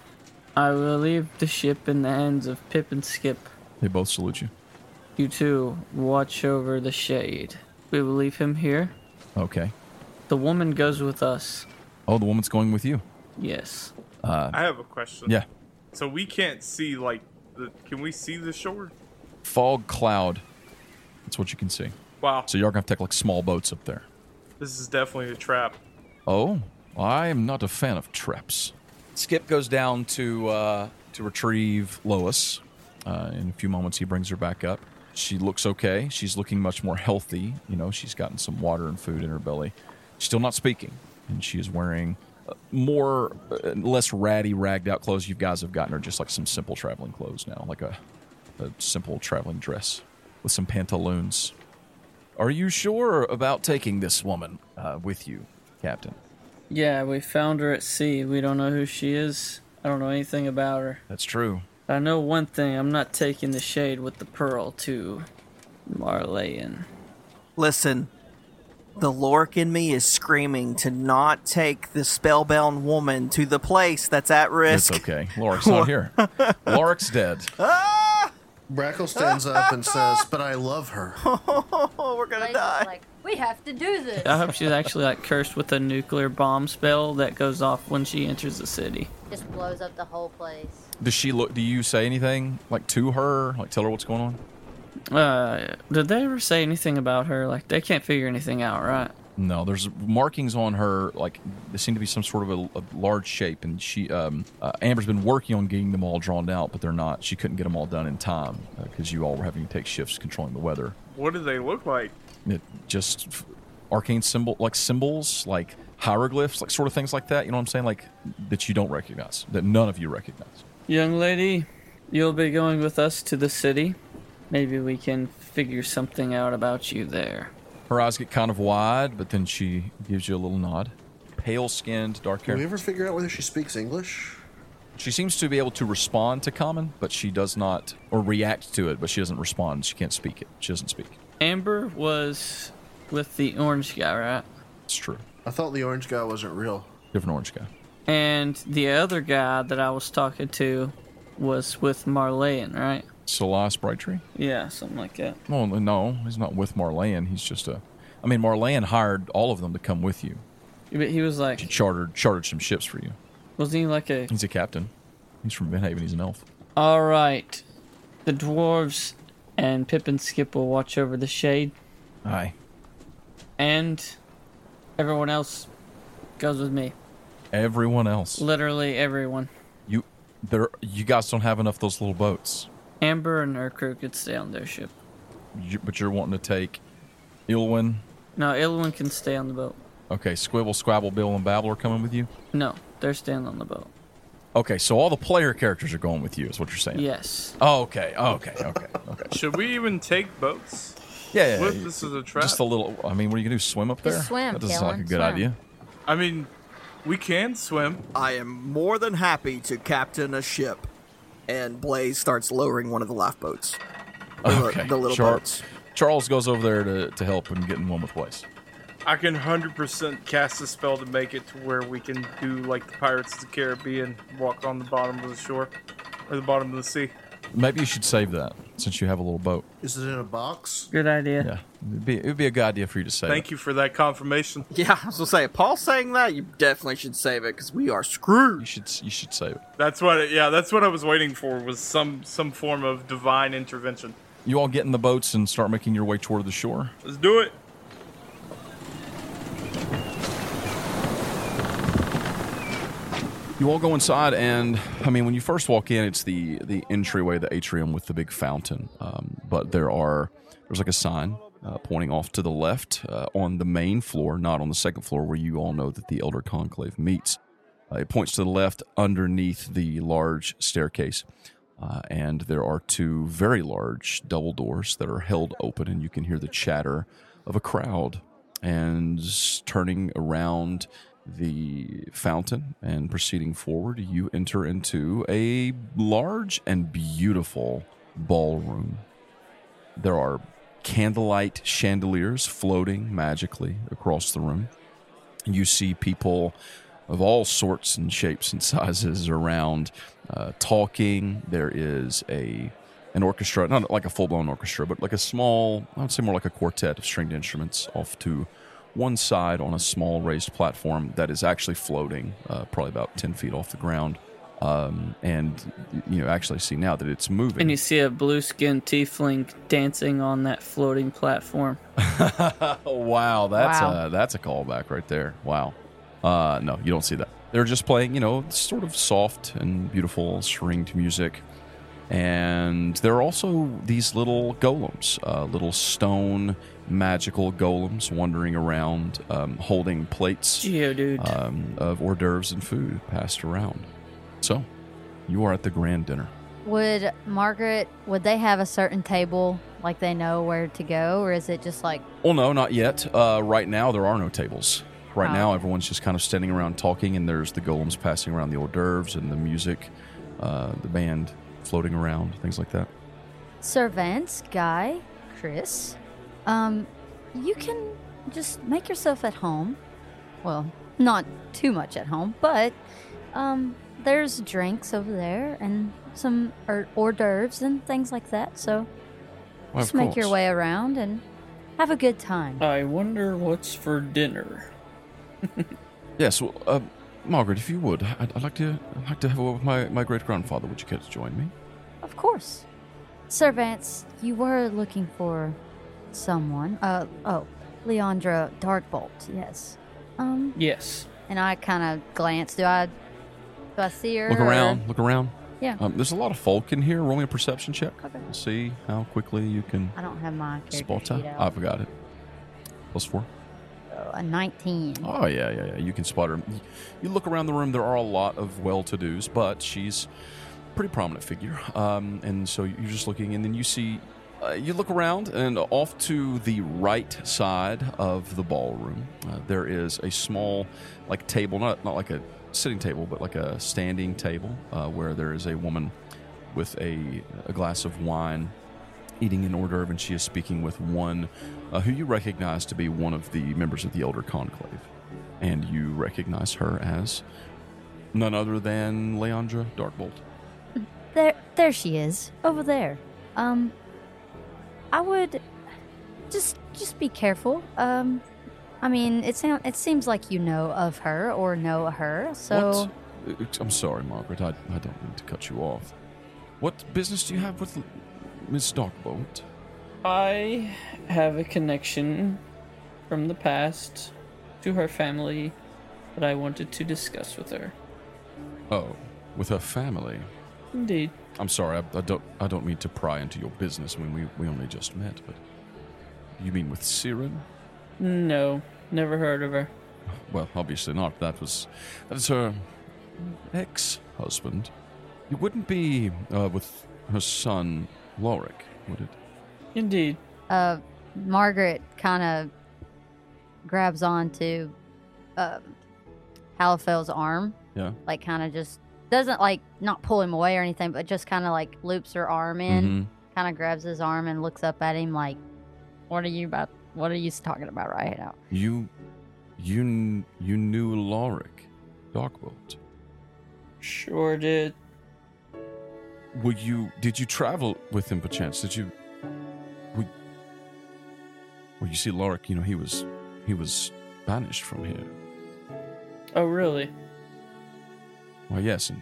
Speaker 1: I will leave the ship in the hands of Pip and Skip.
Speaker 3: They both salute you.
Speaker 1: You two watch over the shade. We will leave him here.
Speaker 3: Okay.
Speaker 1: The woman goes with us.
Speaker 3: Oh, the woman's going with you.
Speaker 1: Yes.
Speaker 7: I have a question.
Speaker 3: Uh, Yeah.
Speaker 7: So we can't see like the. Can we see the shore?
Speaker 3: Fog cloud. That's what you can see.
Speaker 7: Wow.
Speaker 3: So you're gonna have to take like small boats up there.
Speaker 7: This is definitely a trap.
Speaker 3: Oh, I am not a fan of traps. Skip goes down to uh, to retrieve Lois. Uh, in a few moments, he brings her back up. She looks okay. She's looking much more healthy. You know, she's gotten some water and food in her belly. Still not speaking, and she is wearing uh, more uh, less ratty, ragged out clothes. You guys have gotten her just like some simple traveling clothes now, like a a simple traveling dress with some pantaloons. Are you sure about taking this woman uh, with you, Captain?
Speaker 1: Yeah, we found her at sea. We don't know who she is. I don't know anything about her.
Speaker 3: That's true.
Speaker 1: I know one thing. I'm not taking the shade with the pearl to Marleyan.
Speaker 6: Listen, the Lork in me is screaming to not take the spellbound woman to the place that's at
Speaker 3: It's
Speaker 6: risk.
Speaker 3: okay. Lorik's not here. Lorik's dead.
Speaker 8: Brackle stands up and says, But I love her.
Speaker 6: Oh, we're gonna
Speaker 2: Blaze is
Speaker 6: die.
Speaker 2: like, we have to do this.
Speaker 1: I hope she's actually like cursed with a nuclear bomb spell that goes off when she enters the city.
Speaker 2: Just blows up the whole place.
Speaker 3: Does she look? Do you say anything like to her? Like tell her what's going on?
Speaker 1: Uh, did they ever say anything about her? Like they can't figure anything out, right?
Speaker 3: No, there's markings on her. Like there seem to be some sort of a, a large shape, and she um, uh, Amber's been working on getting them all drawn out, but they're not. She couldn't get them all done in time because you all were having to take shifts controlling the weather.
Speaker 7: What do they look like?
Speaker 3: It just f- arcane symbol like symbols like hieroglyphs like sort of things like that you know what i'm saying like that you don't recognize that none of you recognize
Speaker 1: Young lady, you'll be going with us to the city. Maybe we can figure something out about you there.
Speaker 3: her eyes get kind of wide but then she gives you a little nod pale skinned dark hair
Speaker 8: Can we ever figure out whether she speaks English?
Speaker 3: She seems to be able to respond to common, but she does not, or react to it, but she doesn't respond. She can't speak it. She doesn't speak.
Speaker 1: Amber was with the orange guy, right?
Speaker 3: It's true.
Speaker 8: I thought the orange guy wasn't real.
Speaker 3: Different orange guy.
Speaker 1: And the other guy that I was talking to was with Marleyan, right?
Speaker 3: Solas Brightree?
Speaker 1: Yeah, something like that.
Speaker 3: Well, no, he's not with Marlan. He's just a. I mean, Marlan hired all of them to come with you.
Speaker 1: But he was
Speaker 3: He
Speaker 1: like,
Speaker 3: chartered chartered some ships for you.
Speaker 1: wasn't he like a?
Speaker 3: He's a captain. He's from Benhaven. He's an elf.
Speaker 1: All right, the dwarves and Pip and Skip will watch over the shade,
Speaker 3: Aye.
Speaker 1: and everyone else goes with me.
Speaker 3: Everyone else,
Speaker 1: Literally everyone.
Speaker 3: you there. You guys don't have enough of those little boats.
Speaker 1: Amber and her crew could stay on their ship.
Speaker 3: You, but you're wanting to take Ilwin.
Speaker 1: No, Ilwin can stay on the boat.
Speaker 3: Okay, Squibble, Squabble, Bill, and Babble are coming with you.
Speaker 1: No, they're staying on the boat.
Speaker 3: Okay, so all the player characters are going with you, is what you're saying?
Speaker 1: Yes.
Speaker 3: Oh, okay. Oh, okay. Okay. Okay.
Speaker 7: Should we even take boats?
Speaker 3: Yeah. yeah,
Speaker 7: What
Speaker 3: yeah.
Speaker 7: if this is a trap?
Speaker 3: Just a little. I mean, what are you gonna do? Swim up there?
Speaker 2: Just swim,
Speaker 3: That doesn't sound like a
Speaker 2: Kalen,
Speaker 3: good
Speaker 2: swim.
Speaker 3: idea.
Speaker 7: I mean, we can swim.
Speaker 6: I am more than happy to captain a ship. And Blaze starts lowering one of the lifeboats. The, li-
Speaker 3: Okay.
Speaker 6: the little
Speaker 3: Char-
Speaker 6: boats.
Speaker 3: Charles goes over there to, to help and get in one with place.
Speaker 7: I can 100% cast a spell to make it to where we can do like the Pirates of the Caribbean, walk on the bottom of the shore or the bottom of the sea.
Speaker 3: Maybe you should save that since you have a little boat.
Speaker 8: Is it in a box?
Speaker 1: Good idea.
Speaker 3: Yeah, it'd be, it'd be a good idea for you to save.
Speaker 7: Thank you for that confirmation.
Speaker 6: Yeah, I was gonna say, Paul saying that, you definitely should save it because we are screwed.
Speaker 3: You should you should save it.
Speaker 7: That's what it, yeah, that's what I was waiting for was some some form of divine intervention.
Speaker 3: You all get in the boats and start making your way toward the shore.
Speaker 7: Let's do it.
Speaker 3: You all go inside, and I mean, when you first walk in, it's the the entryway, the atrium with the big fountain. Um, but there are there's like a sign uh, pointing off to the left uh, on the main floor, not on the second floor where you all know that the Elder Conclave meets. Uh, it points to the left underneath the large staircase, uh, and there are two very large double doors that are held open, and you can hear the chatter of a crowd and turning around the fountain and proceeding forward, you enter into a large and beautiful ballroom. There are candlelight chandeliers floating magically across the room. You see people of all sorts and shapes and sizes around uh, talking. There is a an orchestra, not like a full blown orchestra, but like a small, I would say more like a quartet of stringed instruments off to one side on a small raised platform that is actually floating, uh, probably about 10 feet off the ground. Um, and you know, actually see now that it's moving.
Speaker 1: And you see a blue skinned tiefling dancing on that floating platform.
Speaker 3: Oh, wow, that's
Speaker 2: Wow.
Speaker 3: a that's a callback right there. Wow. Uh, no, you don't see that. They're just playing, you know, sort of soft and beautiful stringed music, and there are also these little golems, uh, little stone magical golems wandering around, um, holding plates
Speaker 1: Geodude.
Speaker 3: um, of hors d'oeuvres and food passed around. So, you are at the grand dinner.
Speaker 2: Would Margaret, would they have a certain table, like they know where to go, or is it just like,
Speaker 3: Well, no, not yet. Uh, right now, there are no tables. Right now, everyone's just kind of standing around talking, and there's the golems passing around the hors d'oeuvres and the music, uh, the band floating around, things like that.
Speaker 2: Servants, Guy, Chris, um, you can just make yourself at home. Well, not too much at home, but um, there's drinks over there and some er- hors d'oeuvres and things like that. So
Speaker 3: Why, of
Speaker 2: just make your
Speaker 3: course.
Speaker 2: way around and have a good time.
Speaker 1: I wonder what's for dinner.
Speaker 3: Yes, well, uh, Margaret, if you would, I'd, I'd like to I'd like to have a word with my, my great grandfather. Would you care to join me?
Speaker 2: Of course. Sir Vance, you were looking for someone. Uh oh, Leandra Darkbolt. Yes. Um,
Speaker 1: Yes.
Speaker 2: and I kind of glance. Do I? Do I see her?
Speaker 3: Look
Speaker 2: or-
Speaker 3: around. Look around.
Speaker 2: Yeah.
Speaker 3: Um, there's a lot of folk in here. Roll me a perception check.
Speaker 2: Okay.
Speaker 3: See how quickly you can
Speaker 2: I don't have my
Speaker 3: spot
Speaker 2: character sheet
Speaker 3: her. I
Speaker 2: out.
Speaker 3: forgot it. Plus four. Uh,
Speaker 2: So, a nineteen.
Speaker 3: Oh yeah, yeah, yeah. You can spot her. You look around the room. There are a lot of well-to-dos, but she's a pretty prominent figure. Um, and so you're just looking, and then you see. Uh, you look around, and off to the right side of the ballroom, uh, there is a small, like table, not not like a sitting table, but like a standing table, uh, where there is a woman with a, a glass of wine, eating an hors d'oeuvre, and she is speaking with one uh, who you recognize to be one of the members of the Elder Conclave and you recognize her as none other than Leandra Darkbolt.
Speaker 2: There, there she is over there. Um, I would just just be careful. Um, I mean, it sound it seems like you know of her or know her. So.
Speaker 3: What? Uh, I'm sorry, Margaret. I, I don't mean to cut you off. What business do you have with L- Miss Darkbolt?
Speaker 1: I have a connection from the past to her family that I wanted to discuss with her.
Speaker 3: Oh, with her family.
Speaker 1: Indeed.
Speaker 3: I'm sorry. I, I don't. I don't mean to pry into your business when we we only just met. But you mean with Siren?
Speaker 1: No, never heard of her.
Speaker 3: Well, obviously not. That was that is her ex-husband. It wouldn't be uh, with her son Lorik, would it?
Speaker 1: Indeed.
Speaker 2: uh, Margaret kind of grabs onto um, Halifel's arm,
Speaker 3: Yeah.
Speaker 2: like kind of just doesn't like not pull him away or anything, but just kind of like loops her arm in,
Speaker 3: Mhm.
Speaker 2: kind of grabs his arm and looks up at him like, "What are you about? What are you talking about right now?"
Speaker 3: You, you, kn- you knew Lorik, Darkbolt.
Speaker 1: Sure did.
Speaker 3: Were you? Did you travel with him, perchance? Did you? Were, well, you see, Lorik. You know he was, he was banished from here.
Speaker 1: Oh, really?
Speaker 3: Well, yes, and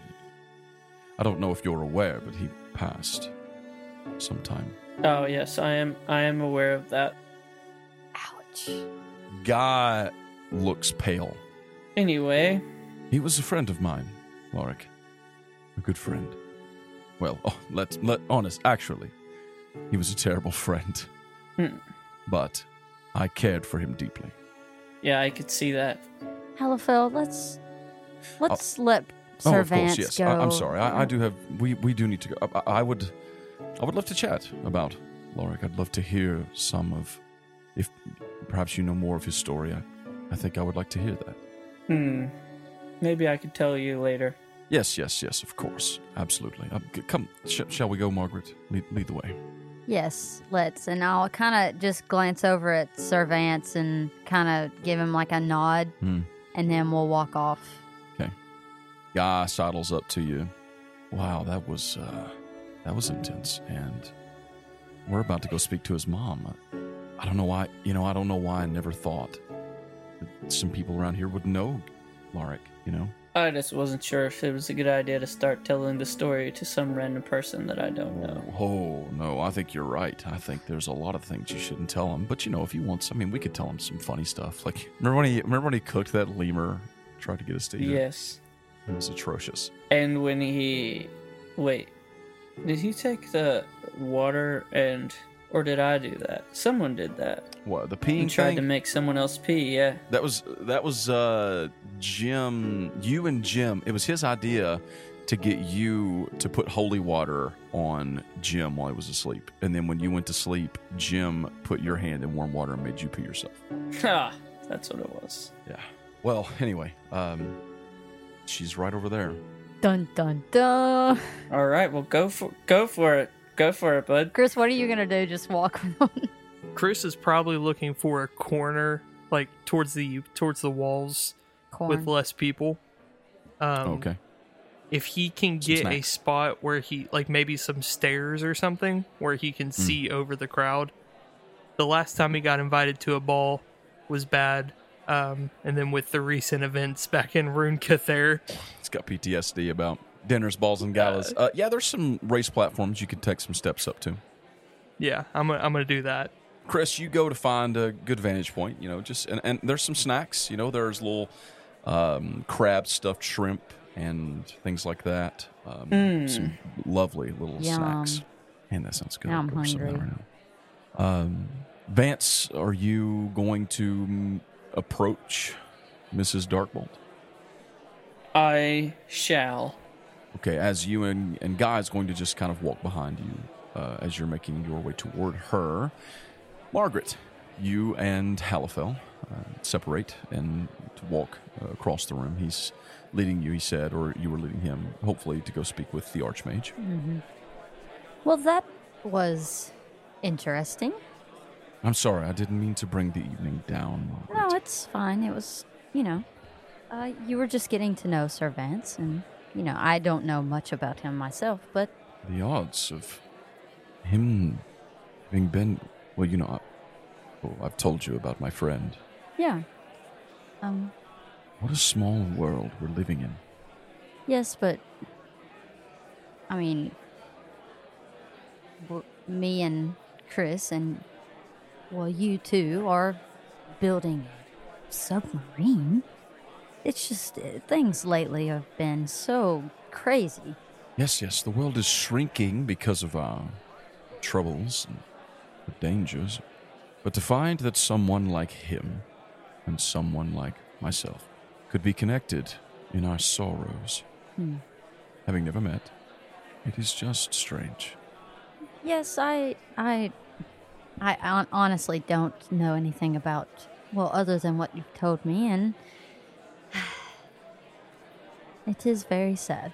Speaker 3: I don't know if you're aware, but he passed sometime.
Speaker 1: Oh, yes, I am. I am aware of that.
Speaker 2: Ouch.
Speaker 3: Guy looks pale.
Speaker 1: Anyway,
Speaker 3: He was a friend of mine, Lorik. A good friend. Well, oh, let's let honest. Actually, he was a terrible friend,
Speaker 1: Hmm.
Speaker 3: but I cared for him deeply.
Speaker 1: yeah, I could see that.
Speaker 2: Halifel, let's let's let
Speaker 3: oh,
Speaker 2: Sir
Speaker 3: of course,
Speaker 2: Vance
Speaker 3: yes.
Speaker 2: go.
Speaker 3: I, am sorry. I, I do have. We we do need to go. I, I- I would, I would love to chat about Lorik. I'd love to hear some of, if perhaps you know more of his story. I, I think I would like to hear that.
Speaker 1: Hmm. Maybe I could tell you later.
Speaker 3: Yes, yes, yes. Of course, absolutely. Um, g- come, sh- shall we go, Margaret? Lead, lead the way.
Speaker 2: Yes, let's. And I'll kind of just glance over at Sir Vance and kind of give him like a nod,
Speaker 3: Hmm.
Speaker 2: and then we'll walk off.
Speaker 3: guy sidles up to you. Wow, that was uh, that was intense, and we're about to go speak to his mom. I don't know why. You know, I don't know why I never thought that some people around here would know Lorik. You know,
Speaker 1: I just wasn't sure if it was a good idea to start telling the story to some random person that I don't know.
Speaker 3: Oh no, I think you're right. I think there's a lot of things you shouldn't tell him. But you know, if he wants, I mean, we could tell him some funny stuff. Like remember when he remember when he cooked that lemur, tried to get us to eat it.
Speaker 1: Yes.
Speaker 3: It was atrocious.
Speaker 1: And when he. Wait. Did he take the water and. Or did I do that? Someone did that.
Speaker 3: What the
Speaker 1: He
Speaker 3: peeing
Speaker 1: tried
Speaker 3: thing?
Speaker 1: to make someone else pee, yeah.
Speaker 3: That was that was uh, Jim. You and Jim. It was his idea to get you to put holy water on Jim while he was asleep, and then when you went to sleep, Jim put your hand in warm water and made you pee yourself.
Speaker 1: Ha! That's what it was.
Speaker 3: Yeah, Well, anyway, um, she's right over there.
Speaker 2: Dun dun dun.
Speaker 1: All right, well go for go for it. Go for it, bud.
Speaker 2: Chris, what are you gonna do? Just walk with them?
Speaker 4: Chris is probably looking for a corner, like towards the towards the walls with
Speaker 2: Corn.
Speaker 4: less people. Um,
Speaker 3: okay.
Speaker 4: If he can get a
Speaker 3: snacks.
Speaker 4: spot where he, like maybe some stairs or something, where he
Speaker 3: Hmm.
Speaker 4: can see over the crowd. The last time he got invited to a ball was bad. Um, and then with the recent events back in Runecath there,
Speaker 3: It's got PTSD about dinners, balls, and galas. Uh, yeah, there's some race platforms you could take some steps up to.
Speaker 4: yeah, I'm gonna, I'm gonna do that.
Speaker 3: Chris, you go to find a good vantage point, you know, just and, and there's some snacks, you know, there's little um, crab stuffed shrimp and things like that. Um, Some lovely little
Speaker 2: Mm. Yum.
Speaker 3: snacks. Man, that sounds good.
Speaker 2: Now I'm
Speaker 3: I'll go for some of that
Speaker 2: hungry.
Speaker 3: right now. Um, Vance, are you going to mm, approach Mrs. Darkbolt?
Speaker 1: I shall.
Speaker 3: Okay, as you and, and Guy is going to just kind of walk behind you uh, as you're making your way toward her. Margaret, you and Halifel uh, separate and to walk uh, across the room. He's leading you, he said, or you were leading him, hopefully, to go speak with the Archmage.
Speaker 2: Well, that was interesting.
Speaker 3: I'm sorry, I didn't mean to bring the evening down,
Speaker 2: No,
Speaker 3: Margaret.
Speaker 2: it's fine. It was, you know, uh, you were just getting to know Sir Vance, and you know, I don't know much about him myself, but
Speaker 3: the odds of him having been, well, you know, I, well, I've told you about my friend.
Speaker 2: yeah. Um,
Speaker 3: What a small world we're living in.
Speaker 2: yes, but I mean, w- me and Chris and well, you two are building a submarine. It's just uh, things lately have been so crazy.
Speaker 3: Yes, yes, the world is shrinking because of our troubles and the dangers. But to find that someone like him and someone like myself could be connected in our sorrows,
Speaker 2: Hmm.
Speaker 3: having never met, it is just strange.
Speaker 2: Yes, I, I, I hon- honestly don't know anything about well, other than what you've told me, and it is very sad.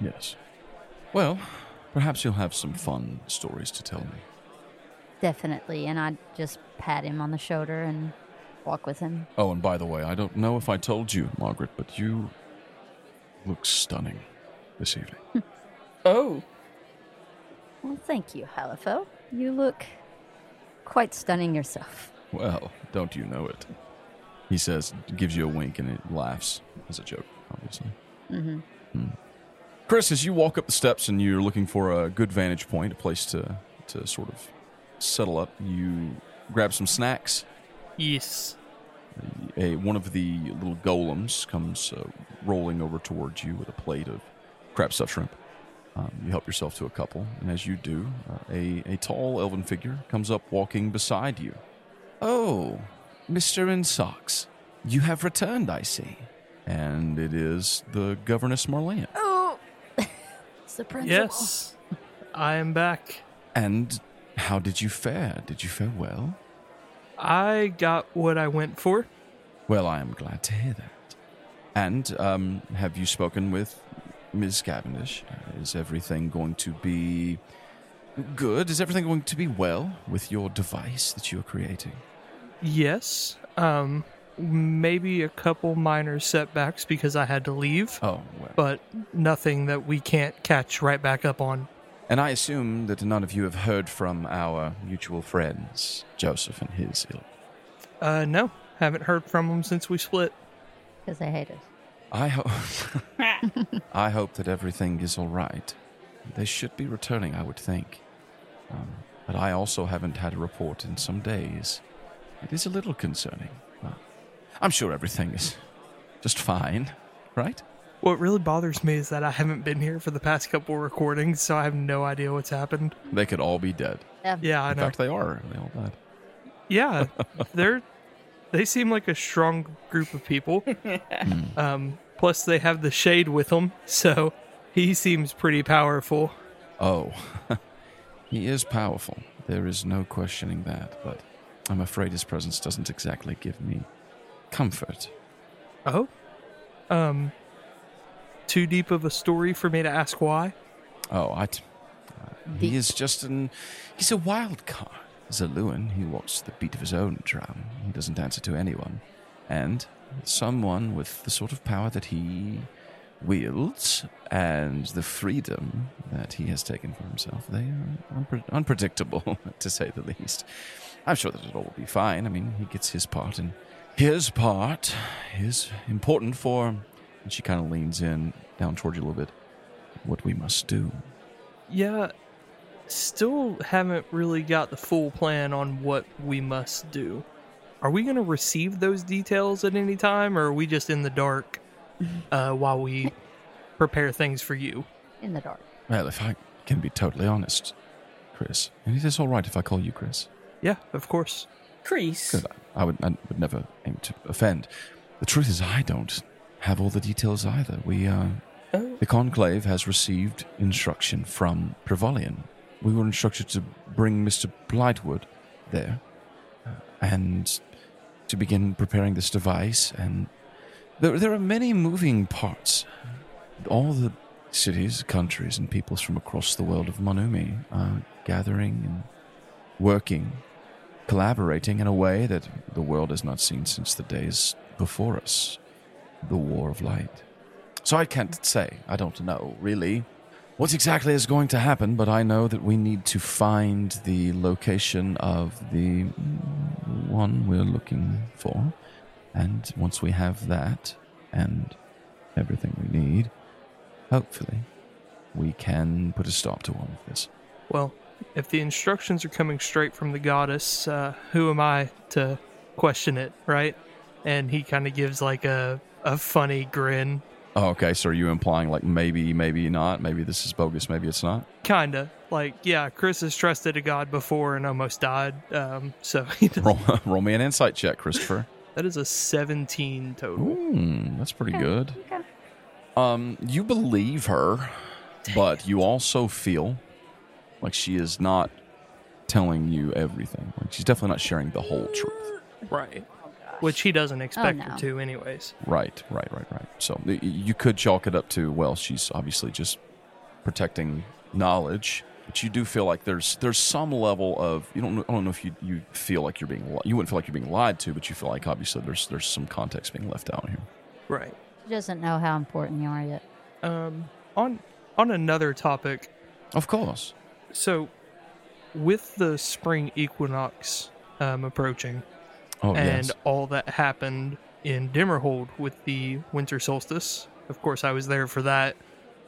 Speaker 3: Yes. Well, perhaps you'll have some fun stories to tell me.
Speaker 2: Definitely, and I'd just pat him on the shoulder and walk with him.
Speaker 3: Oh, and by the way, I don't know if I told you, Margaret, but you look stunning this evening.
Speaker 1: Oh,
Speaker 2: Well, thank you, Halifo. You look quite stunning yourself.
Speaker 3: Well, don't you know it? He says, gives you a wink, and it laughs as a joke, obviously. Mm-hmm. Chris, as you walk up the steps and you're looking for a good vantage point, a place to, to sort of settle up, you grab some snacks.
Speaker 4: Yes.
Speaker 3: A, one of the little golems comes uh, rolling over towards you with a plate of crab stuffed shrimp. Um, you help yourself to a couple, and as you do, uh, a, a tall elven figure comes up walking beside you. Oh, Mr. In Socks, you have returned, I see. And it is the governess Marlene.
Speaker 2: Oh, it's the principal.
Speaker 4: Yes, I am back.
Speaker 3: And how did you fare? Did you fare well?
Speaker 4: I got what I went for.
Speaker 3: Well, I am glad to hear that. And um, have you spoken with Ms. Cavendish? Uh, Is everything going to be good? Is everything going to be well with your device that you are creating?
Speaker 4: Yes. Um, maybe a couple minor setbacks because I had to leave,
Speaker 3: Oh, well.
Speaker 4: but nothing that we can't catch right back up on.
Speaker 3: And I assume that none of you have heard from our mutual friends, Joseph and his ilk.
Speaker 4: Uh, no, haven't heard from him since we split.
Speaker 2: because they hate us.
Speaker 3: I hope. I hope that everything is all right. They should be returning, I would think. Um, but I also haven't had a report in some days. It is a little concerning. Uh, I'm sure everything is just fine, right?
Speaker 4: What really bothers me is that I haven't been here for the past couple recordings, so I have no idea what's happened.
Speaker 3: They could all be dead.
Speaker 4: Yeah, I
Speaker 3: In
Speaker 4: know.
Speaker 3: fact, they are. They all died.
Speaker 4: yeah, they're they seem like a strong group of people. um, plus, they have the shade with them, so he seems pretty powerful.
Speaker 3: Oh, he is powerful. There is no questioning that, but I'm afraid his presence doesn't exactly give me Comfort.
Speaker 4: Oh. Um too deep of a story for me to ask why.
Speaker 3: Oh, I. T- he is just an. He's a wild card. Zaluan, he walks to the beat of his own drum. He doesn't answer to anyone. And someone with the sort of power that he wields and the freedom that he has taken for himself, they are unpre- unpredictable, to say the least. I'm sure that it all will be fine. I mean, he gets his part, and his part is important for. And she kind of leans in down toward you a little bit. What we must do.
Speaker 4: Yeah. Still haven't really got the full plan on what we must do. Are we going to receive those details at any time, or are we just in the dark uh, while we prepare things for you?
Speaker 2: in the dark.
Speaker 3: Well, if I can be totally honest, Chris, and it is all right if I call you Chris.
Speaker 4: Yeah, of course.
Speaker 1: Crease.
Speaker 3: Good. I would, I would never aim to offend. The truth is, I don't have all the details either. We, uh, the conclave has received instruction from Prevalian. We were instructed to bring Mister Blightwood there, uh, and to begin preparing this device. And there, there are many moving parts. All the cities, countries, and peoples from across the world of Monumi are gathering and working collaborating in a way that the world has not seen since the days before us the War of Light. So I can't say, I don't know, really, what exactly is going to happen, but I know that we need to find the location of the mm, one we're looking for. And once we have that and everything we need, hopefully, we can put a stop to all of this.
Speaker 4: Well, if the instructions are coming straight from the goddess, uh, who am I to question it, right? And he kind of gives like a, a funny grin,
Speaker 3: Oh, okay. So are you implying like maybe, maybe not? Maybe this is bogus. Maybe it's not.
Speaker 4: kind of like, yeah, Chris has trusted a god before and almost died. Um, so he does,
Speaker 3: Roll, roll me an insight check, Christopher.
Speaker 4: that is a 17 total.
Speaker 3: Hmm, that's pretty good.
Speaker 2: Okay.
Speaker 3: Um, you believe her, but you also feel like she is not telling you everything. Like she's definitely not sharing the whole truth.
Speaker 4: Right. Which he
Speaker 3: Oh,
Speaker 4: doesn't expect
Speaker 2: no.
Speaker 4: her to, anyways.
Speaker 3: Right, right, right, right. So y- you could chalk it up to well, she's obviously just protecting knowledge. But you do feel like there's there's some level of you don't know- I don't know if you, you feel like you're being li- you wouldn't feel like you're being lied to, but you feel like obviously there's there's some context being left out here.
Speaker 4: Right.
Speaker 2: She doesn't know how important you are yet.
Speaker 4: Um, on on another topic,
Speaker 3: Of course.
Speaker 4: so with the spring equinox um, approaching,
Speaker 3: Oh
Speaker 4: and
Speaker 3: yes.
Speaker 4: all that happened in Dimmerhold with the winter solstice. Of course, I was there for that.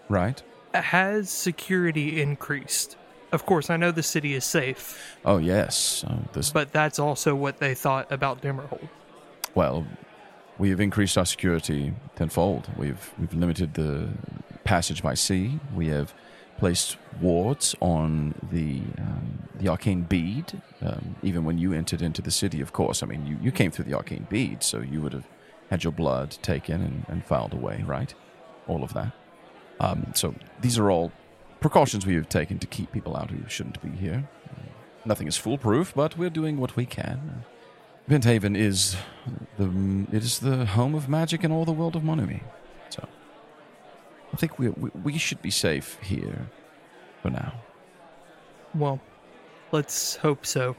Speaker 3: Right.
Speaker 4: Has security increased? Of course, I know the city is safe,
Speaker 3: Oh yes. Oh, this
Speaker 4: but that's also what they thought about Dimmerhold.
Speaker 3: Well, we have increased our security tenfold. We've we've limited the passage by sea. We have placed wards on the um, the arcane bead. Um, even when you entered into the city, of course. I mean, you, you came through the arcane bead, so you would have had your blood taken and, and filed away, right? All of that. Um, so these are all precautions we have taken to keep people out who shouldn't be here. Nothing is foolproof, but we're doing what we can. Venthaven is the it is the home of magic in all the world of Monumi. So I think we we, we should be safe here for now.
Speaker 4: Well, let's hope so.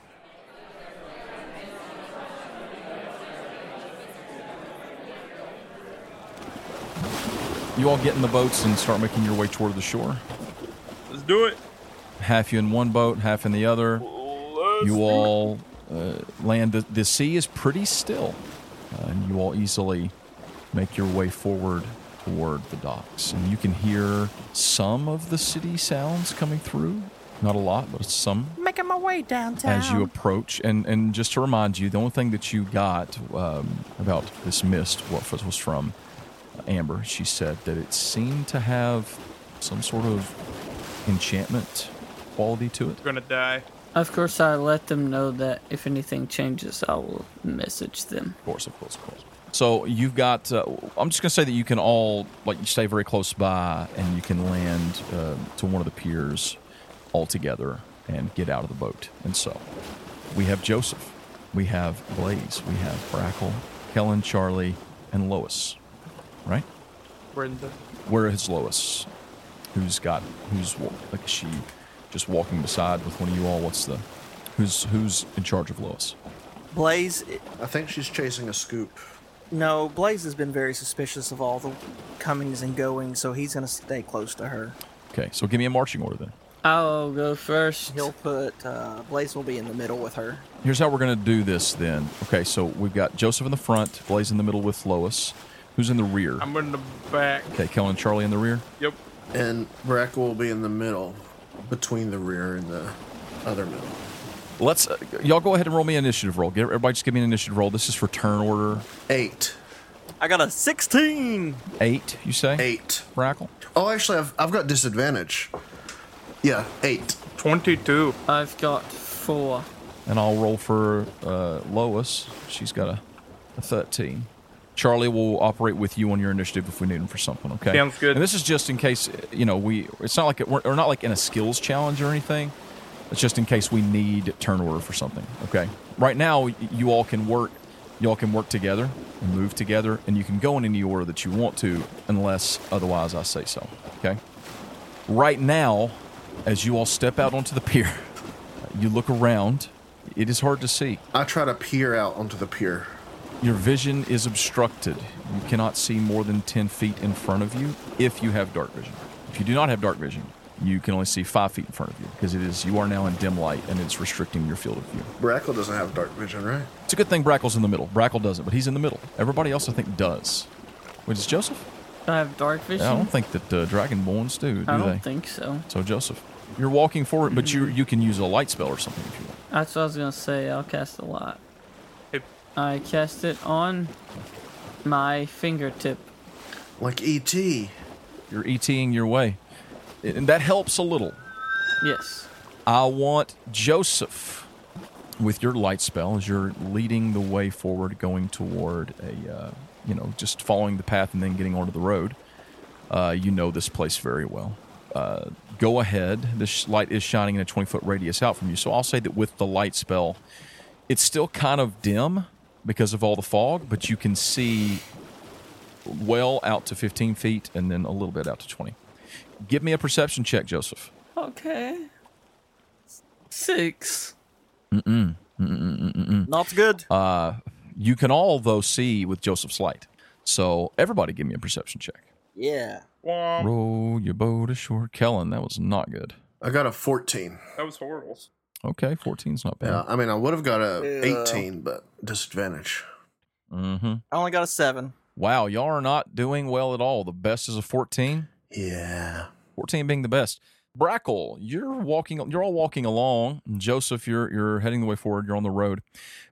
Speaker 9: You all get in the boats and start making your way toward the shore.
Speaker 7: Let's do it.
Speaker 9: Half you in one boat, half in the other.
Speaker 7: Let's
Speaker 9: You all uh, land. The, the sea is pretty still, uh, and you all easily make your way forward toward the docks. And you can hear some of the city sounds coming through. Not a lot, but some.
Speaker 6: Making my way downtown.
Speaker 9: as you approach. And, and just to remind you, the only thing that you got um, about this mist wa- was, was from Amber. She said that it seemed to have some sort of enchantment quality to it.
Speaker 7: We're gonna die.
Speaker 1: Of course, I let them know that if anything changes, I will message them.
Speaker 9: Of course, of course, of course. So you've got. Uh, I'm just gonna say that you can all like you stay very close by, and you can land uh, to one of the piers all together and get out of the boat. And so we have Joseph, we have Blaze, we have Brackle,
Speaker 3: Kellen, Charlie, and Lois, right?
Speaker 7: Brenda.
Speaker 3: Where is Lois? Who's got who's wa- like is she just walking beside with one of you all? What's the who's who's in charge of Lois?
Speaker 6: Blaze,
Speaker 8: I think she's chasing a scoop.
Speaker 6: no, Blaze has been very suspicious of all the comings and goings, so he's going to stay close to her.
Speaker 3: Okay, so give me a marching order then.
Speaker 1: I'll go first.
Speaker 6: He'll put uh, Blaze will be in the middle with her.
Speaker 3: Here's how we're gonna do this then. Okay, so we've got Joseph in the front, Blaze in the middle with Lois. Who's in the rear?
Speaker 7: I'm in the back.
Speaker 3: Okay, Kellen and Charlie in the rear.
Speaker 7: Yep.
Speaker 8: And Brack will be in the middle, between the rear and the other middle.
Speaker 3: Let's uh, y'all go ahead and roll me an initiative roll. Get everybody just give me an initiative roll. This is for turn order
Speaker 8: Eight.
Speaker 6: I got a 16.
Speaker 3: eight. You say
Speaker 8: Eight.
Speaker 3: Brackle.
Speaker 8: Oh, actually, I've, I've got disadvantage. Yeah, eight.
Speaker 7: 22.
Speaker 1: I've got four.
Speaker 3: and I'll roll for uh, Lois. She's got a, a 13. Charlie will operate with you on your initiative if we need him for something. Okay,
Speaker 7: Sounds good.
Speaker 3: And this is just in case you know we. It's not like it, we're, we're not like in a skills challenge or anything. It's just in case we need turn order for something. Okay, right now y- you all can work. Y'all can work together and move together, and you can go in any order that you want to, unless otherwise I say so. Okay. Right now, as you all step out onto the pier, you look around. It is hard to see.
Speaker 8: I try to peer out onto the pier.
Speaker 3: Your vision is obstructed. You cannot see more than 10 feet in front of you if you have dark vision. If you do not have dark vision, you can only see five feet in front of you because it is you are now in dim light and it's restricting your field of view.
Speaker 8: Brackle doesn't have dark vision, right?
Speaker 3: It's a good thing Brackle's in the middle. Brackle doesn't, but he's in the middle. Everybody else, I think, does. Which is Joseph?
Speaker 1: I have dark vision.
Speaker 3: I don't think that uh, Dragonborns do, do
Speaker 1: I don't
Speaker 3: they?
Speaker 1: think so.
Speaker 3: so Joseph, you're walking forward, but you you can use a light spell or something if you want.
Speaker 1: That's what I was gonna say. I'll cast a lot.
Speaker 7: Yep.
Speaker 1: I cast it on my fingertip.
Speaker 8: Like E E.T.
Speaker 3: You're ETing your way, and that helps a little.
Speaker 1: Yes.
Speaker 3: I want Joseph with your light spell as you're leading the way forward, going toward a, uh, you know, just following the path and then getting onto the road. Uh, you know this place very well. Uh, go ahead. This light is shining in a 20 foot radius out from you. So I'll say that with the light spell, it's still kind of dim because of all the fog, but you can see well out to 15 feet and then a little bit out to 20. Give me a perception check, Joseph.
Speaker 1: Okay. Six.
Speaker 6: Not good.
Speaker 3: You can all, though, see with Joseph's light. So everybody give me a perception check.
Speaker 6: yeah.
Speaker 7: Womp.
Speaker 3: Roll your boat ashore. Kellen, that was not good.
Speaker 8: I got a 14.
Speaker 7: That was horrible.
Speaker 3: Okay, 14's not
Speaker 8: Yeah,
Speaker 3: bad.
Speaker 8: Uh, I mean, I would have got a
Speaker 6: Yeah.
Speaker 8: 18, but disadvantage.
Speaker 3: Mm-hmm.
Speaker 6: I only got a 7.
Speaker 3: Wow, y'all are not doing well at all. The best is a 14.
Speaker 8: Yeah.
Speaker 3: 14 being the best. Brackle, you're walking you're all walking along. Joseph, you're you're heading the way forward, you're on the road.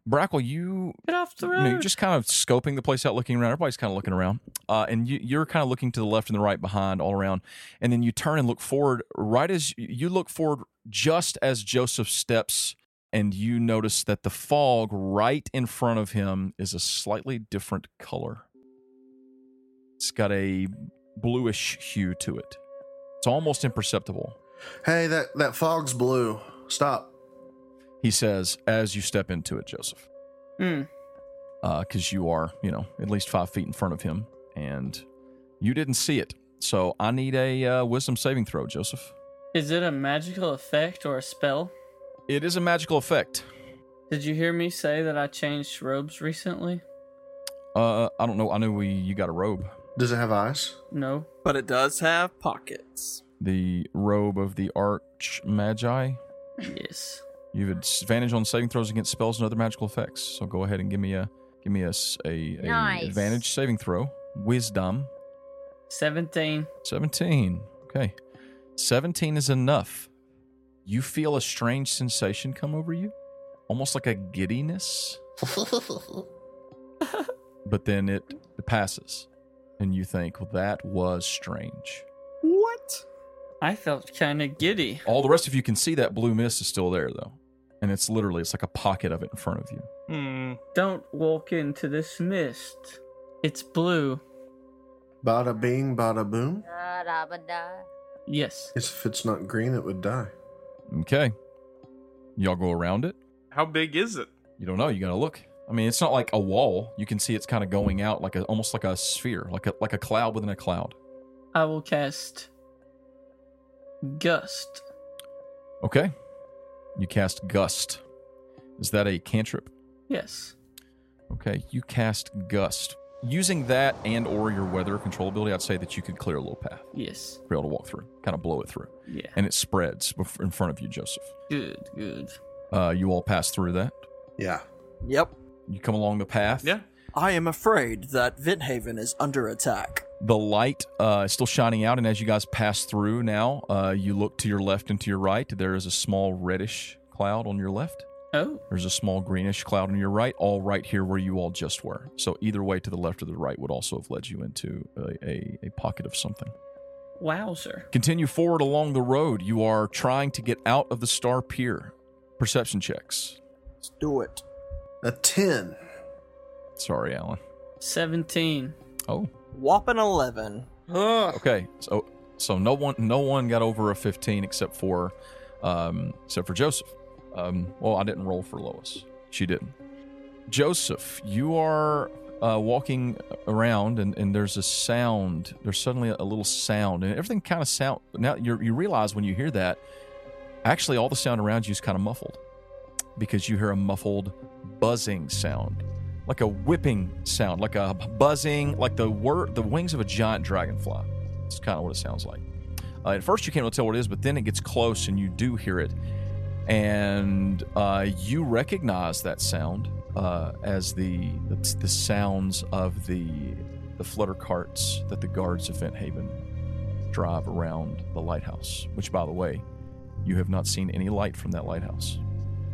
Speaker 3: Brackle, you
Speaker 1: Get off the
Speaker 3: you know, you're
Speaker 1: road.
Speaker 3: just kind of scoping the place out, looking around. Everybody's kind of looking around, uh, and you, you're kind of looking to the left and the right, behind, all around, and then you turn and look forward. Right as you look forward, just as Joseph steps, and you notice that the fog right in front of him is a slightly different color. It's got a bluish hue to it. It's almost imperceptible.
Speaker 8: Hey, that, that fog's blue. Stop.
Speaker 3: He says, as you step into it, Joseph.
Speaker 1: Hmm.
Speaker 3: because uh, you are, you know, at least five feet in front of him, and you didn't see it. So I need a uh, wisdom saving throw, Joseph.
Speaker 1: Is it a magical effect or a spell?
Speaker 3: It is a magical effect.
Speaker 1: Did you hear me say that I changed robes recently?
Speaker 3: Uh, I don't know. I knew we you got a robe,
Speaker 8: Does it have eyes?
Speaker 1: No.
Speaker 6: But it does have pockets.
Speaker 3: the robe of the arch magi.
Speaker 1: Yes.
Speaker 3: You have advantage on saving throws against spells and other magical effects. So go ahead and give me a give me a s- a- a
Speaker 2: Nice.
Speaker 3: advantage saving throw. Wisdom.
Speaker 1: 17.
Speaker 3: 17. Okay. 17 is enough. You feel a strange sensation come over you, almost like a giddiness, but then it, it passes. And you think, well, that was strange.
Speaker 6: What?
Speaker 1: I felt kind of giddy.
Speaker 3: All the rest of you can see that blue mist is still there, though. And it's literally, it's like a pocket of it in front of you.
Speaker 7: Hmm.
Speaker 1: Don't walk into this mist. It's blue.
Speaker 8: bada bing, bada boom.
Speaker 2: Da-da-ba-da.
Speaker 1: Yes.
Speaker 8: Guess if it's not green, it would die.
Speaker 3: Okay. Y'all go around it.
Speaker 7: How big is it?
Speaker 3: You don't know. You got to look. I mean, it's not like a wall. You can see it's kind of going out like a almost like a sphere, like a like a cloud within a cloud.
Speaker 1: I will cast Gust.
Speaker 3: Okay. You cast gust. Is that a cantrip?
Speaker 1: Yes.
Speaker 3: Okay, you cast gust. Using that and or your weather control ability, I'd say that you could clear a little path
Speaker 1: Yes.
Speaker 3: for you to walk through, kind of blow it through,
Speaker 1: Yeah.
Speaker 3: and it spreads bef- in front of you, Joseph.
Speaker 1: Good, good.
Speaker 3: Uh, you all pass through that.
Speaker 8: Yeah.
Speaker 6: Yep.
Speaker 3: You come along the path.
Speaker 7: Yeah.
Speaker 6: I am afraid that Vinthaven is under attack.
Speaker 3: The light uh, is still shining out, and as you guys pass through now, uh, you look to your left and to your right. There is a small reddish cloud on your left.
Speaker 1: Oh,
Speaker 3: There's a small greenish cloud on your right, all right here where you all just were. So either way to the left or the right would also have led you into a, a, a pocket of something.
Speaker 1: wowzer.
Speaker 3: Continue forward along the road. You are trying to get out of the Star Pier. Perception checks.
Speaker 6: Let's do it.
Speaker 8: A 10.
Speaker 3: Sorry, Alan.
Speaker 1: 17.
Speaker 3: Oh,
Speaker 6: Whopping 11.
Speaker 3: okay. So so no one no one got over a 15 except for um, except for Joseph. Um, well, I didn't roll for Lois. She didn't. Joseph, you are uh, walking around, and, and there's a sound. There's suddenly a, little sound, and everything kind of sound. Now you you realize when you hear that, actually all the sound around you is kind of muffled, because you hear a muffled buzzing sound, like a whipping sound, like a buzzing, like the wor- the wings of a giant dragonfly. It's kind of what it sounds like. Uh, at first, you can't really tell what it is, but then it gets close, and you do hear it, and uh, you recognize that sound uh, as the, the the sounds of the the flutter carts that the guards of Vent Haven drive around the lighthouse. Which, by the way, you have not seen any light from that lighthouse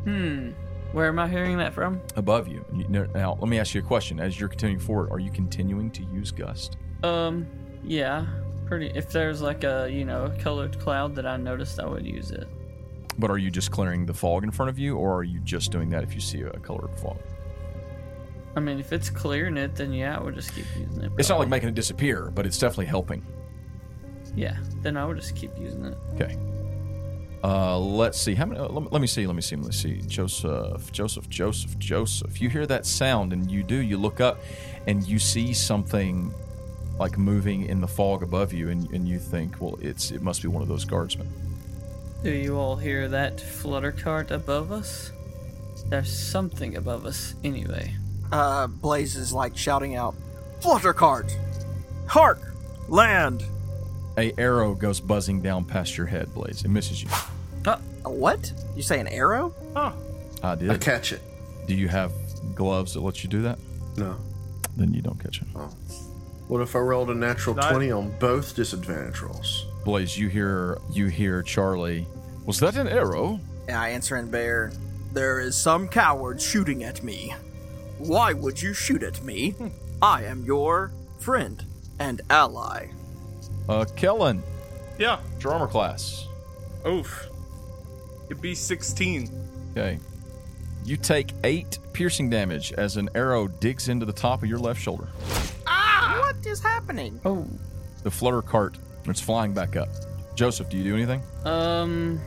Speaker 1: Hmm. Where am I hearing that from?
Speaker 3: above you. And you- Now, let me ask you a question: As you're continuing forward, are you continuing to use gust?
Speaker 1: Um, yeah. Pretty. If there's like a, you know, a colored cloud that I noticed, I would use it.
Speaker 3: But are you just clearing the fog in front of you, or are you just doing that if you see a colored fog?
Speaker 1: I mean, if it's clearing it, then yeah, I would just keep using it.
Speaker 3: It's not like making it disappear, but it's definitely helping.
Speaker 1: Yeah, then I would just keep using it.
Speaker 3: Okay. Uh, let's see. How many? Uh, let, let me see. Let me see. Let me see. Joseph, Joseph, Joseph, Joseph. You hear that sound, and you do. You look up, and you see something like moving in the fog above you, and, and you think, well, it's it must be one of those guardsmen.
Speaker 1: Do you all hear that flutter cart above us? There's something above us, anyway.
Speaker 6: Uh, Blaze is like shouting out, Fluttercart! Hark! Land!
Speaker 3: A arrow goes buzzing down past your head, Blaze. It misses you.
Speaker 1: Ah,
Speaker 6: A what? You say an arrow?
Speaker 3: I did.
Speaker 8: I catch it.
Speaker 3: Do you have gloves that let you do that?
Speaker 8: No.
Speaker 3: Then you don't catch it.
Speaker 8: What if I rolled a natural
Speaker 7: Not-
Speaker 8: 20 on both disadvantage rolls?
Speaker 3: Blaze, you hear you hear Charlie. Was that an arrow?
Speaker 6: And I answer in bear, There is some coward shooting at me. Why would you shoot at me? I am your friend and ally.
Speaker 3: Uh, Kellen,
Speaker 7: Yeah.
Speaker 3: your armor class.
Speaker 7: Oof. It'd be 16.
Speaker 3: Okay. You take eight piercing damage as an arrow digs into the top of your left shoulder.
Speaker 6: What is happening?
Speaker 1: Oh,
Speaker 3: The flutter cart it's flying back up. Joseph, do you do anything?
Speaker 1: um,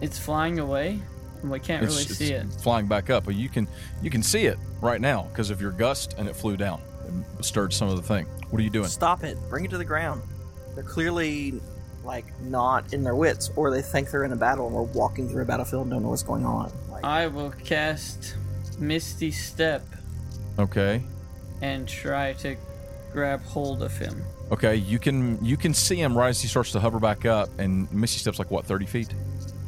Speaker 1: it's flying away, and we can't really
Speaker 3: it's
Speaker 1: see it.
Speaker 3: flying back up, but you can you can see it right now because of your gust, and it flew down and stirred some of the thing. What are you doing?
Speaker 6: Stop it. Bring it to the ground. They're clearly, like, not in their wits, or they think they're in a battle and we're walking through a battlefield and don't know what's going on. Like,
Speaker 1: I will cast Misty Step
Speaker 3: Okay.
Speaker 1: and try to grab hold of him.
Speaker 3: Okay, you can you can see him right as he starts to hover back up, and Misty steps like what thirty feet.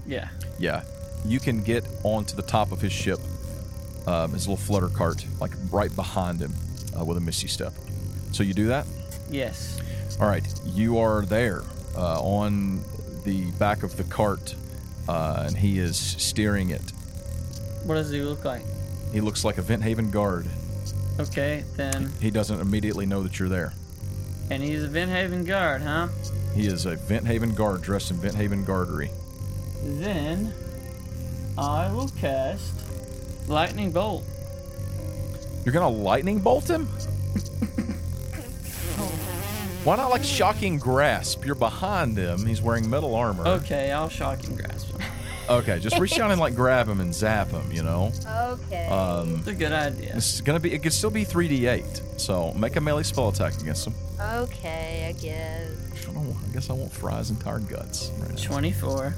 Speaker 1: Yeah.
Speaker 3: Yeah, you can get onto the top of his ship, um, his little flutter cart, like right behind him uh, with a misty step. So you do that.
Speaker 1: Yes.
Speaker 3: All right, you are there uh, on the back of the cart, uh, and he is steering it.
Speaker 1: What does he look like?
Speaker 3: He looks like a Vent Haven guard.
Speaker 1: Okay, then.
Speaker 3: He doesn't immediately know that you're there.
Speaker 1: And he's a Vent Haven guard, huh?
Speaker 3: He is a Vent Haven guard dressed in Vent Haven guardery.
Speaker 1: Then I will cast Lightning Bolt.
Speaker 3: You're gonna lightning bolt him? Why not like shocking grasp? You're behind him. He's wearing metal armor.
Speaker 1: Okay, I'll shock and grasp him.
Speaker 3: Okay, just reach down and like grab him and zap him. You know.
Speaker 2: Okay.
Speaker 3: Um,
Speaker 1: It's a good idea.
Speaker 3: this is gonna be. It could still be three d eight. So make a melee spell attack against him.
Speaker 2: okay, I guess.
Speaker 3: I, don't know, I guess I want fries entire guts. Right now.
Speaker 1: 24,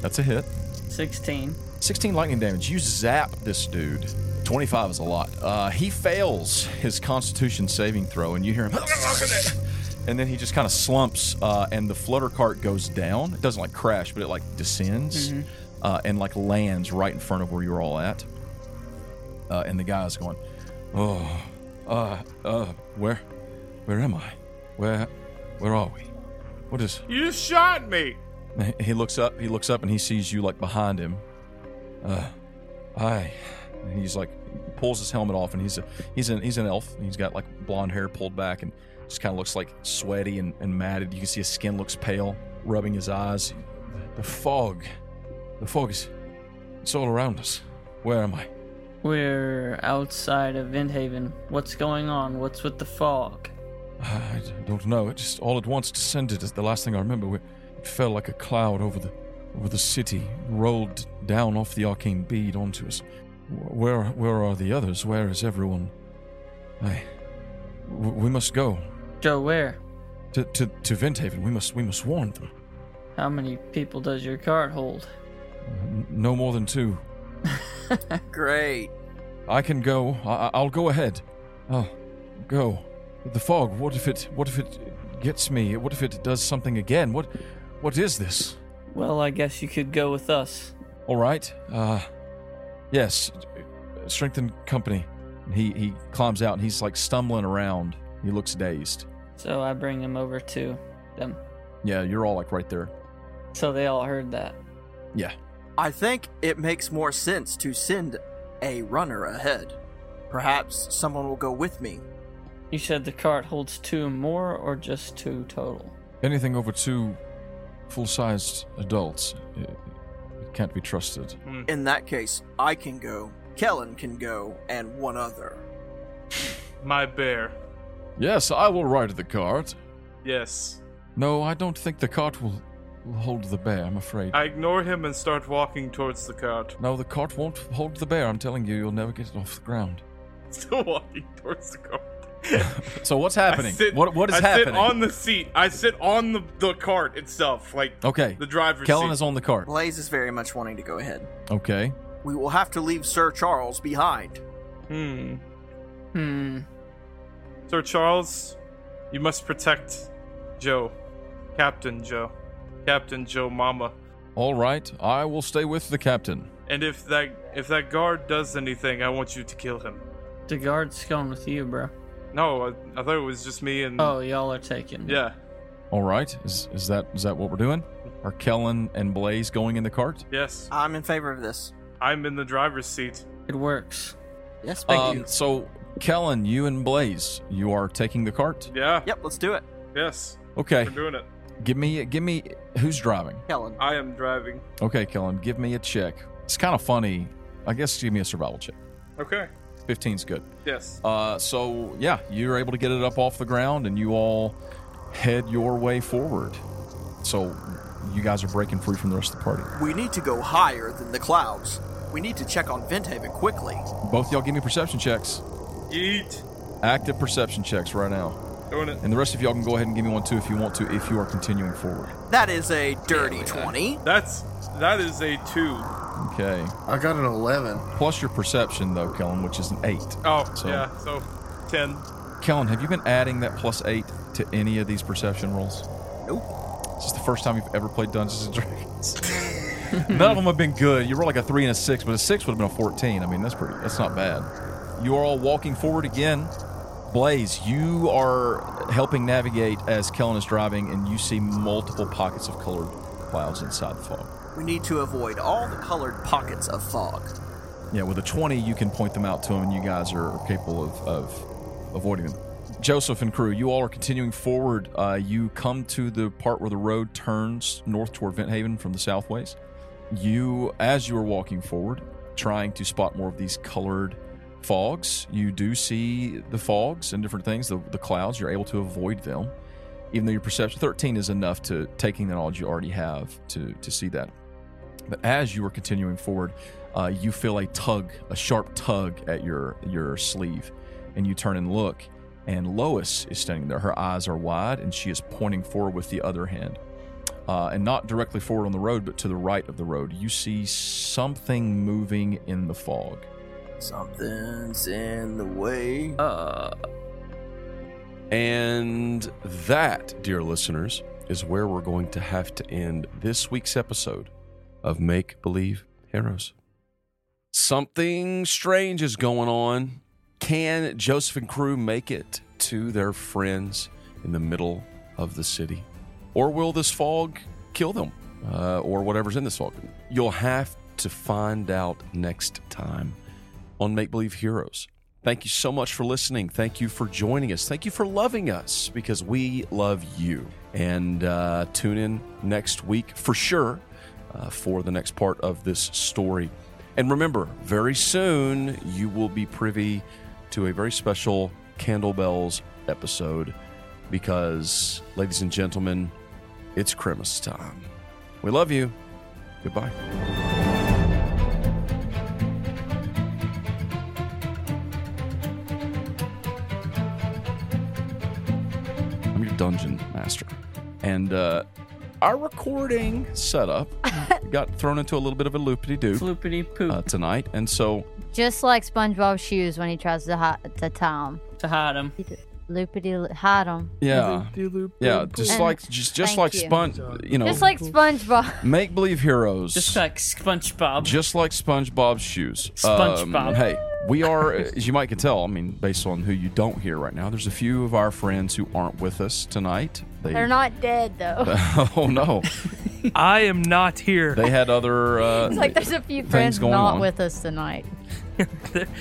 Speaker 3: That's a hit.
Speaker 1: 16.
Speaker 3: 16 lightning damage. You zap this dude. 25 is a lot. Uh, he fails his constitution saving throw, and you hear him. And then he just kind of slumps, uh, and the flutter cart goes down. It doesn't like crash, but it like descends uh, and like lands right in front of where you're all at. Uh, and the guy is going, "Oh, uh, uh, where, where am I? Where, where are we? What is?"
Speaker 7: You shot me.
Speaker 3: And He looks up. He looks up and he sees you like behind him. Uh, hi. And he's like he pulls his helmet off and he's a, he's an he's an elf. He's got like blonde hair pulled back and just kind of looks like sweaty and, and matted. You can see his skin looks pale, rubbing his eyes. The fog, the fog is it's all around us. Where am I?
Speaker 1: We're outside of Vindhaven. What's going on? What's with the fog?
Speaker 3: I d- don't know. It just all at once descended. Is the last thing I remember. We- It fell like a cloud over the over the city, rolled down off the arcane bead onto us. Wh- Where where are the others? Where is everyone? I. w- We must go
Speaker 1: Joe, where?
Speaker 3: to to to Venthaven. We must we must warn them.
Speaker 1: How many people does your cart hold?
Speaker 3: N- No more than two.
Speaker 6: Great.
Speaker 3: I can go. I- I- I'll go ahead. I'll go. The fog. What if it? What if it gets me? What if it does something again? What? What is this?
Speaker 1: Well, I guess you could go with us.
Speaker 3: All right. Uh, yes, strengthen company. He he climbs out and he's like stumbling around. He looks dazed.
Speaker 1: So I bring him over to them.
Speaker 3: Yeah, you're all like right there.
Speaker 1: So they all heard that.
Speaker 3: Yeah.
Speaker 6: I think it makes more sense to send a runner ahead. Perhaps someone will go with me.
Speaker 1: You said the cart holds two more or just two total?
Speaker 3: Anything over two full-sized adults it, it can't be trusted.
Speaker 6: In that case, I can go, Kellen can go, and one other.
Speaker 7: My bear.
Speaker 3: Yes, I will ride the cart.
Speaker 7: Yes.
Speaker 3: No, I don't think the cart will, will hold the bear. I'm afraid.
Speaker 7: I ignore him and start walking towards the cart.
Speaker 3: no, the cart won't hold the bear. I'm telling you, you'll never get it off the ground.
Speaker 7: Still walking towards the cart.
Speaker 3: So what's
Speaker 7: I
Speaker 3: happening?
Speaker 7: sit-
Speaker 3: what what is
Speaker 7: I
Speaker 3: happening?
Speaker 7: sit on the seat. I sit on the, the cart itself, like
Speaker 3: okay,
Speaker 7: the driver's
Speaker 3: Kellen
Speaker 7: seat.
Speaker 3: is on the cart.
Speaker 6: Blaze is very much wanting to go ahead.
Speaker 3: Okay.
Speaker 6: We will have to leave Sir Charles behind.
Speaker 7: Hmm.
Speaker 1: Hmm.
Speaker 7: Sir Charles, you must protect Joe, Captain Joe, Captain Joe Mama.
Speaker 3: All right, I will stay with the captain.
Speaker 7: And if that if that guard does anything, I want you to kill him.
Speaker 1: The guard's going with you, bro.
Speaker 7: No, I, I thought it was just me
Speaker 3: Mm.
Speaker 7: and
Speaker 1: Oh, y'all are taking.
Speaker 7: yeah,
Speaker 3: All right, is is that is that what we're doing? Are Kellen and Blaze going in the cart?
Speaker 7: yes.
Speaker 6: I'm in favor of this.
Speaker 7: I'm in the driver's seat.
Speaker 1: It works.
Speaker 6: Yes, thank you.
Speaker 3: Um, so Kellen, you and Blaze, you are taking the cart.
Speaker 7: Yeah.
Speaker 6: Yep, let's do it.
Speaker 7: Yes.
Speaker 3: Okay,
Speaker 7: We're doing it.
Speaker 3: give me give me who's driving?
Speaker 6: Kellen.
Speaker 7: I am driving.
Speaker 3: Okay, Kellen, give me a check. It's kind of funny. I guess give me a survival check.
Speaker 7: Okay.
Speaker 3: 15's good.
Speaker 7: Yes.
Speaker 3: Uh, so yeah, you're able to get it up off the ground, and you all head your way forward. So you guys are breaking free from the rest of the party.
Speaker 6: We need to go higher than the clouds. We need to check on Venthaven quickly.
Speaker 3: Both y'all give me perception checks.
Speaker 7: Yeet.
Speaker 3: Active perception checks right now.
Speaker 7: Doing it.
Speaker 3: And the rest of y'all can go ahead and give me one too if you want to, if you are continuing forward.
Speaker 6: That is a dirty 20.
Speaker 7: That's that is a two.
Speaker 3: Okay.
Speaker 8: I got an 11.
Speaker 3: Plus your perception, though, Kellen, which is an eight.
Speaker 7: Oh
Speaker 3: So-
Speaker 7: yeah. So ten.
Speaker 3: Kellen, have you been adding that plus eight to any of these perception rolls?
Speaker 6: Nope.
Speaker 3: This is the first time you've ever played Dungeons and Dragons. None of them have been good. You roll like a three and a six, but a six would have been a 14. I mean, that's pretty, that's not bad. You are all walking forward again. Blaze, you are helping navigate as Kellen is driving, and you see multiple pockets of colored clouds inside the fog.
Speaker 6: We need to avoid all the colored pockets of fog.
Speaker 3: Yeah, with a 20, you can point them out to them, and you guys are capable of, of avoiding them. Joseph and crew, you all are continuing forward. Uh, you come to the part where the road turns north toward Vent Haven from the southways. You, as you are walking forward, trying to spot more of these colored fogs, you do see the fogs and different things, the, the clouds. You're able to avoid them, even though your perception 13 is enough to taking the knowledge you already have to, to see that.
Speaker 9: But as you are continuing forward, uh, you feel a tug, a sharp tug at your your sleeve, and you turn and look, and Lois is standing there. Her eyes are wide, and she is pointing forward with the other hand, uh, and not directly forward on the road, but to the right of the road. You see something moving in the fog.
Speaker 6: Something's in the way.
Speaker 1: Uh,
Speaker 5: And that, dear listeners, is where we're going to have to end this week's episode of Make Believe Heroes. Something strange is going on. Can Joseph and crew make it to their friends in the middle of the city? Or will this fog kill them? Uh, or whatever's in this fog? You'll have to find out next time on Make Believe Heroes. Thank you so much for listening. Thank you for joining us. Thank you for loving us because we love you. And uh, tune in next week for sure uh, for the next part of this story. And remember, very soon you will be privy to a very special Candlebells episode because, ladies and gentlemen, it's Christmas time. We love you. Goodbye.
Speaker 3: I'm your dungeon master. And uh, our recording setup got thrown into a little bit of a loopity doo
Speaker 1: floopity poop
Speaker 3: uh, tonight. And so,
Speaker 2: Just like SpongeBob's shoes when he tries to hide to tie 'em.
Speaker 1: to hide him.
Speaker 2: Loopity hide 'em.
Speaker 3: yeah. Yeah, just
Speaker 2: And
Speaker 3: like just just
Speaker 2: thank
Speaker 3: like
Speaker 2: you.
Speaker 3: sponge, you know,
Speaker 2: Just like SpongeBob.
Speaker 3: make believe heroes.
Speaker 1: Just like SpongeBob.
Speaker 3: Just like SpongeBob's shoes. Um,
Speaker 1: SpongeBob.
Speaker 3: hey, we are, as you might can tell, I mean, based on who you don't hear right now, there's a few of our friends who aren't with us tonight. They,
Speaker 2: They're not dead though.
Speaker 3: oh, no.
Speaker 4: I am not here.
Speaker 3: They had other. Uh,
Speaker 2: it's like there's a few friends
Speaker 3: going
Speaker 2: not
Speaker 3: on.
Speaker 2: with us tonight.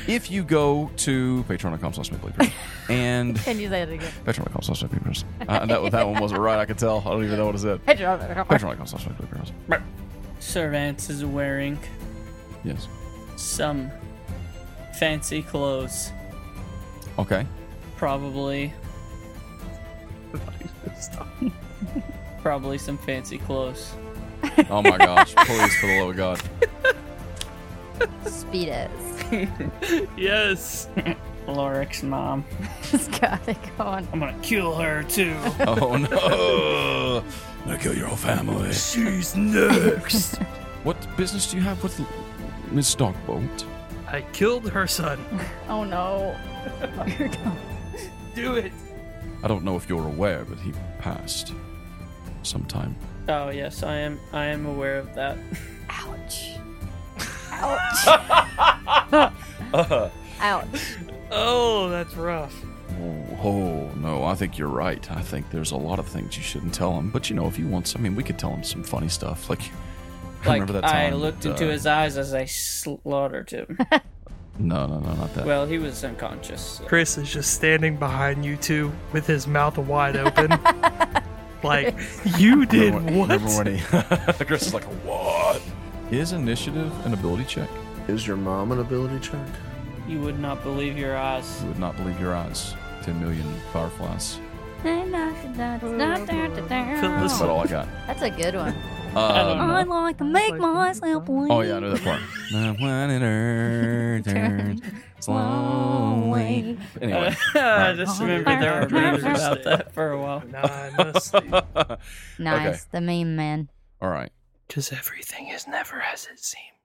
Speaker 3: if you go to patreon.com slash make believe heroes and
Speaker 2: Can you say it again?
Speaker 3: patreon.com slash make believe heroes. Uh, that, that one wasn't right, I could tell. I don't even know what it said. Patreon.com slash make believe heroes.
Speaker 1: Sir Vance is wearing
Speaker 3: Yes.
Speaker 1: some fancy clothes,
Speaker 3: Okay.
Speaker 1: probably. probably some fancy clothes.
Speaker 3: Oh my gosh. Please, for the love of God.
Speaker 2: Speedos.
Speaker 4: yes.
Speaker 1: Lorik's mom.
Speaker 2: He's got it going.
Speaker 1: I'm gonna kill her too.
Speaker 3: Oh no. I'm gonna kill your whole family.
Speaker 4: She's next.
Speaker 3: What business do you have with Miss Dogbolt?
Speaker 4: I killed her son.
Speaker 2: Oh no. You're gone.
Speaker 4: Do it.
Speaker 3: I don't know if you're aware, but he passed sometime.
Speaker 1: Oh yes, I am. I am aware of that.
Speaker 2: Ouch. Ouch. Ouch.
Speaker 4: Oh, that's rough.
Speaker 3: Oh, oh, no, I think you're right. I think there's a lot of things you shouldn't tell him. But you know, if he wants, I mean, we could tell him some funny stuff. Like, I
Speaker 1: Like
Speaker 3: remember that
Speaker 1: I
Speaker 3: time.
Speaker 1: looked
Speaker 3: that,
Speaker 1: into
Speaker 3: uh,
Speaker 1: his eyes as I slaughtered him.
Speaker 3: No, no, no, not that.
Speaker 1: well, he was unconscious. so-
Speaker 4: Chris is just standing behind you two with his mouth wide open. like, you did
Speaker 3: Remember
Speaker 4: what?
Speaker 3: Remember when he? Chris is like, what? Is initiative an ability check?
Speaker 8: Is your mom an ability check?
Speaker 1: You would not believe your eyes.
Speaker 3: You would not believe your eyes. Ten million fireflies. That's about all I got.
Speaker 2: That's a good one.
Speaker 3: Um,
Speaker 2: Oh. I like to make myself bleed.
Speaker 3: Oh yeah, I know that part. Not one in earth turns slowly. Anyway,
Speaker 1: I just remember there were memes about that for a while.
Speaker 4: Nah, I must say,
Speaker 2: Nice, the meme man.
Speaker 3: all right.
Speaker 4: Because everything is never as it seems.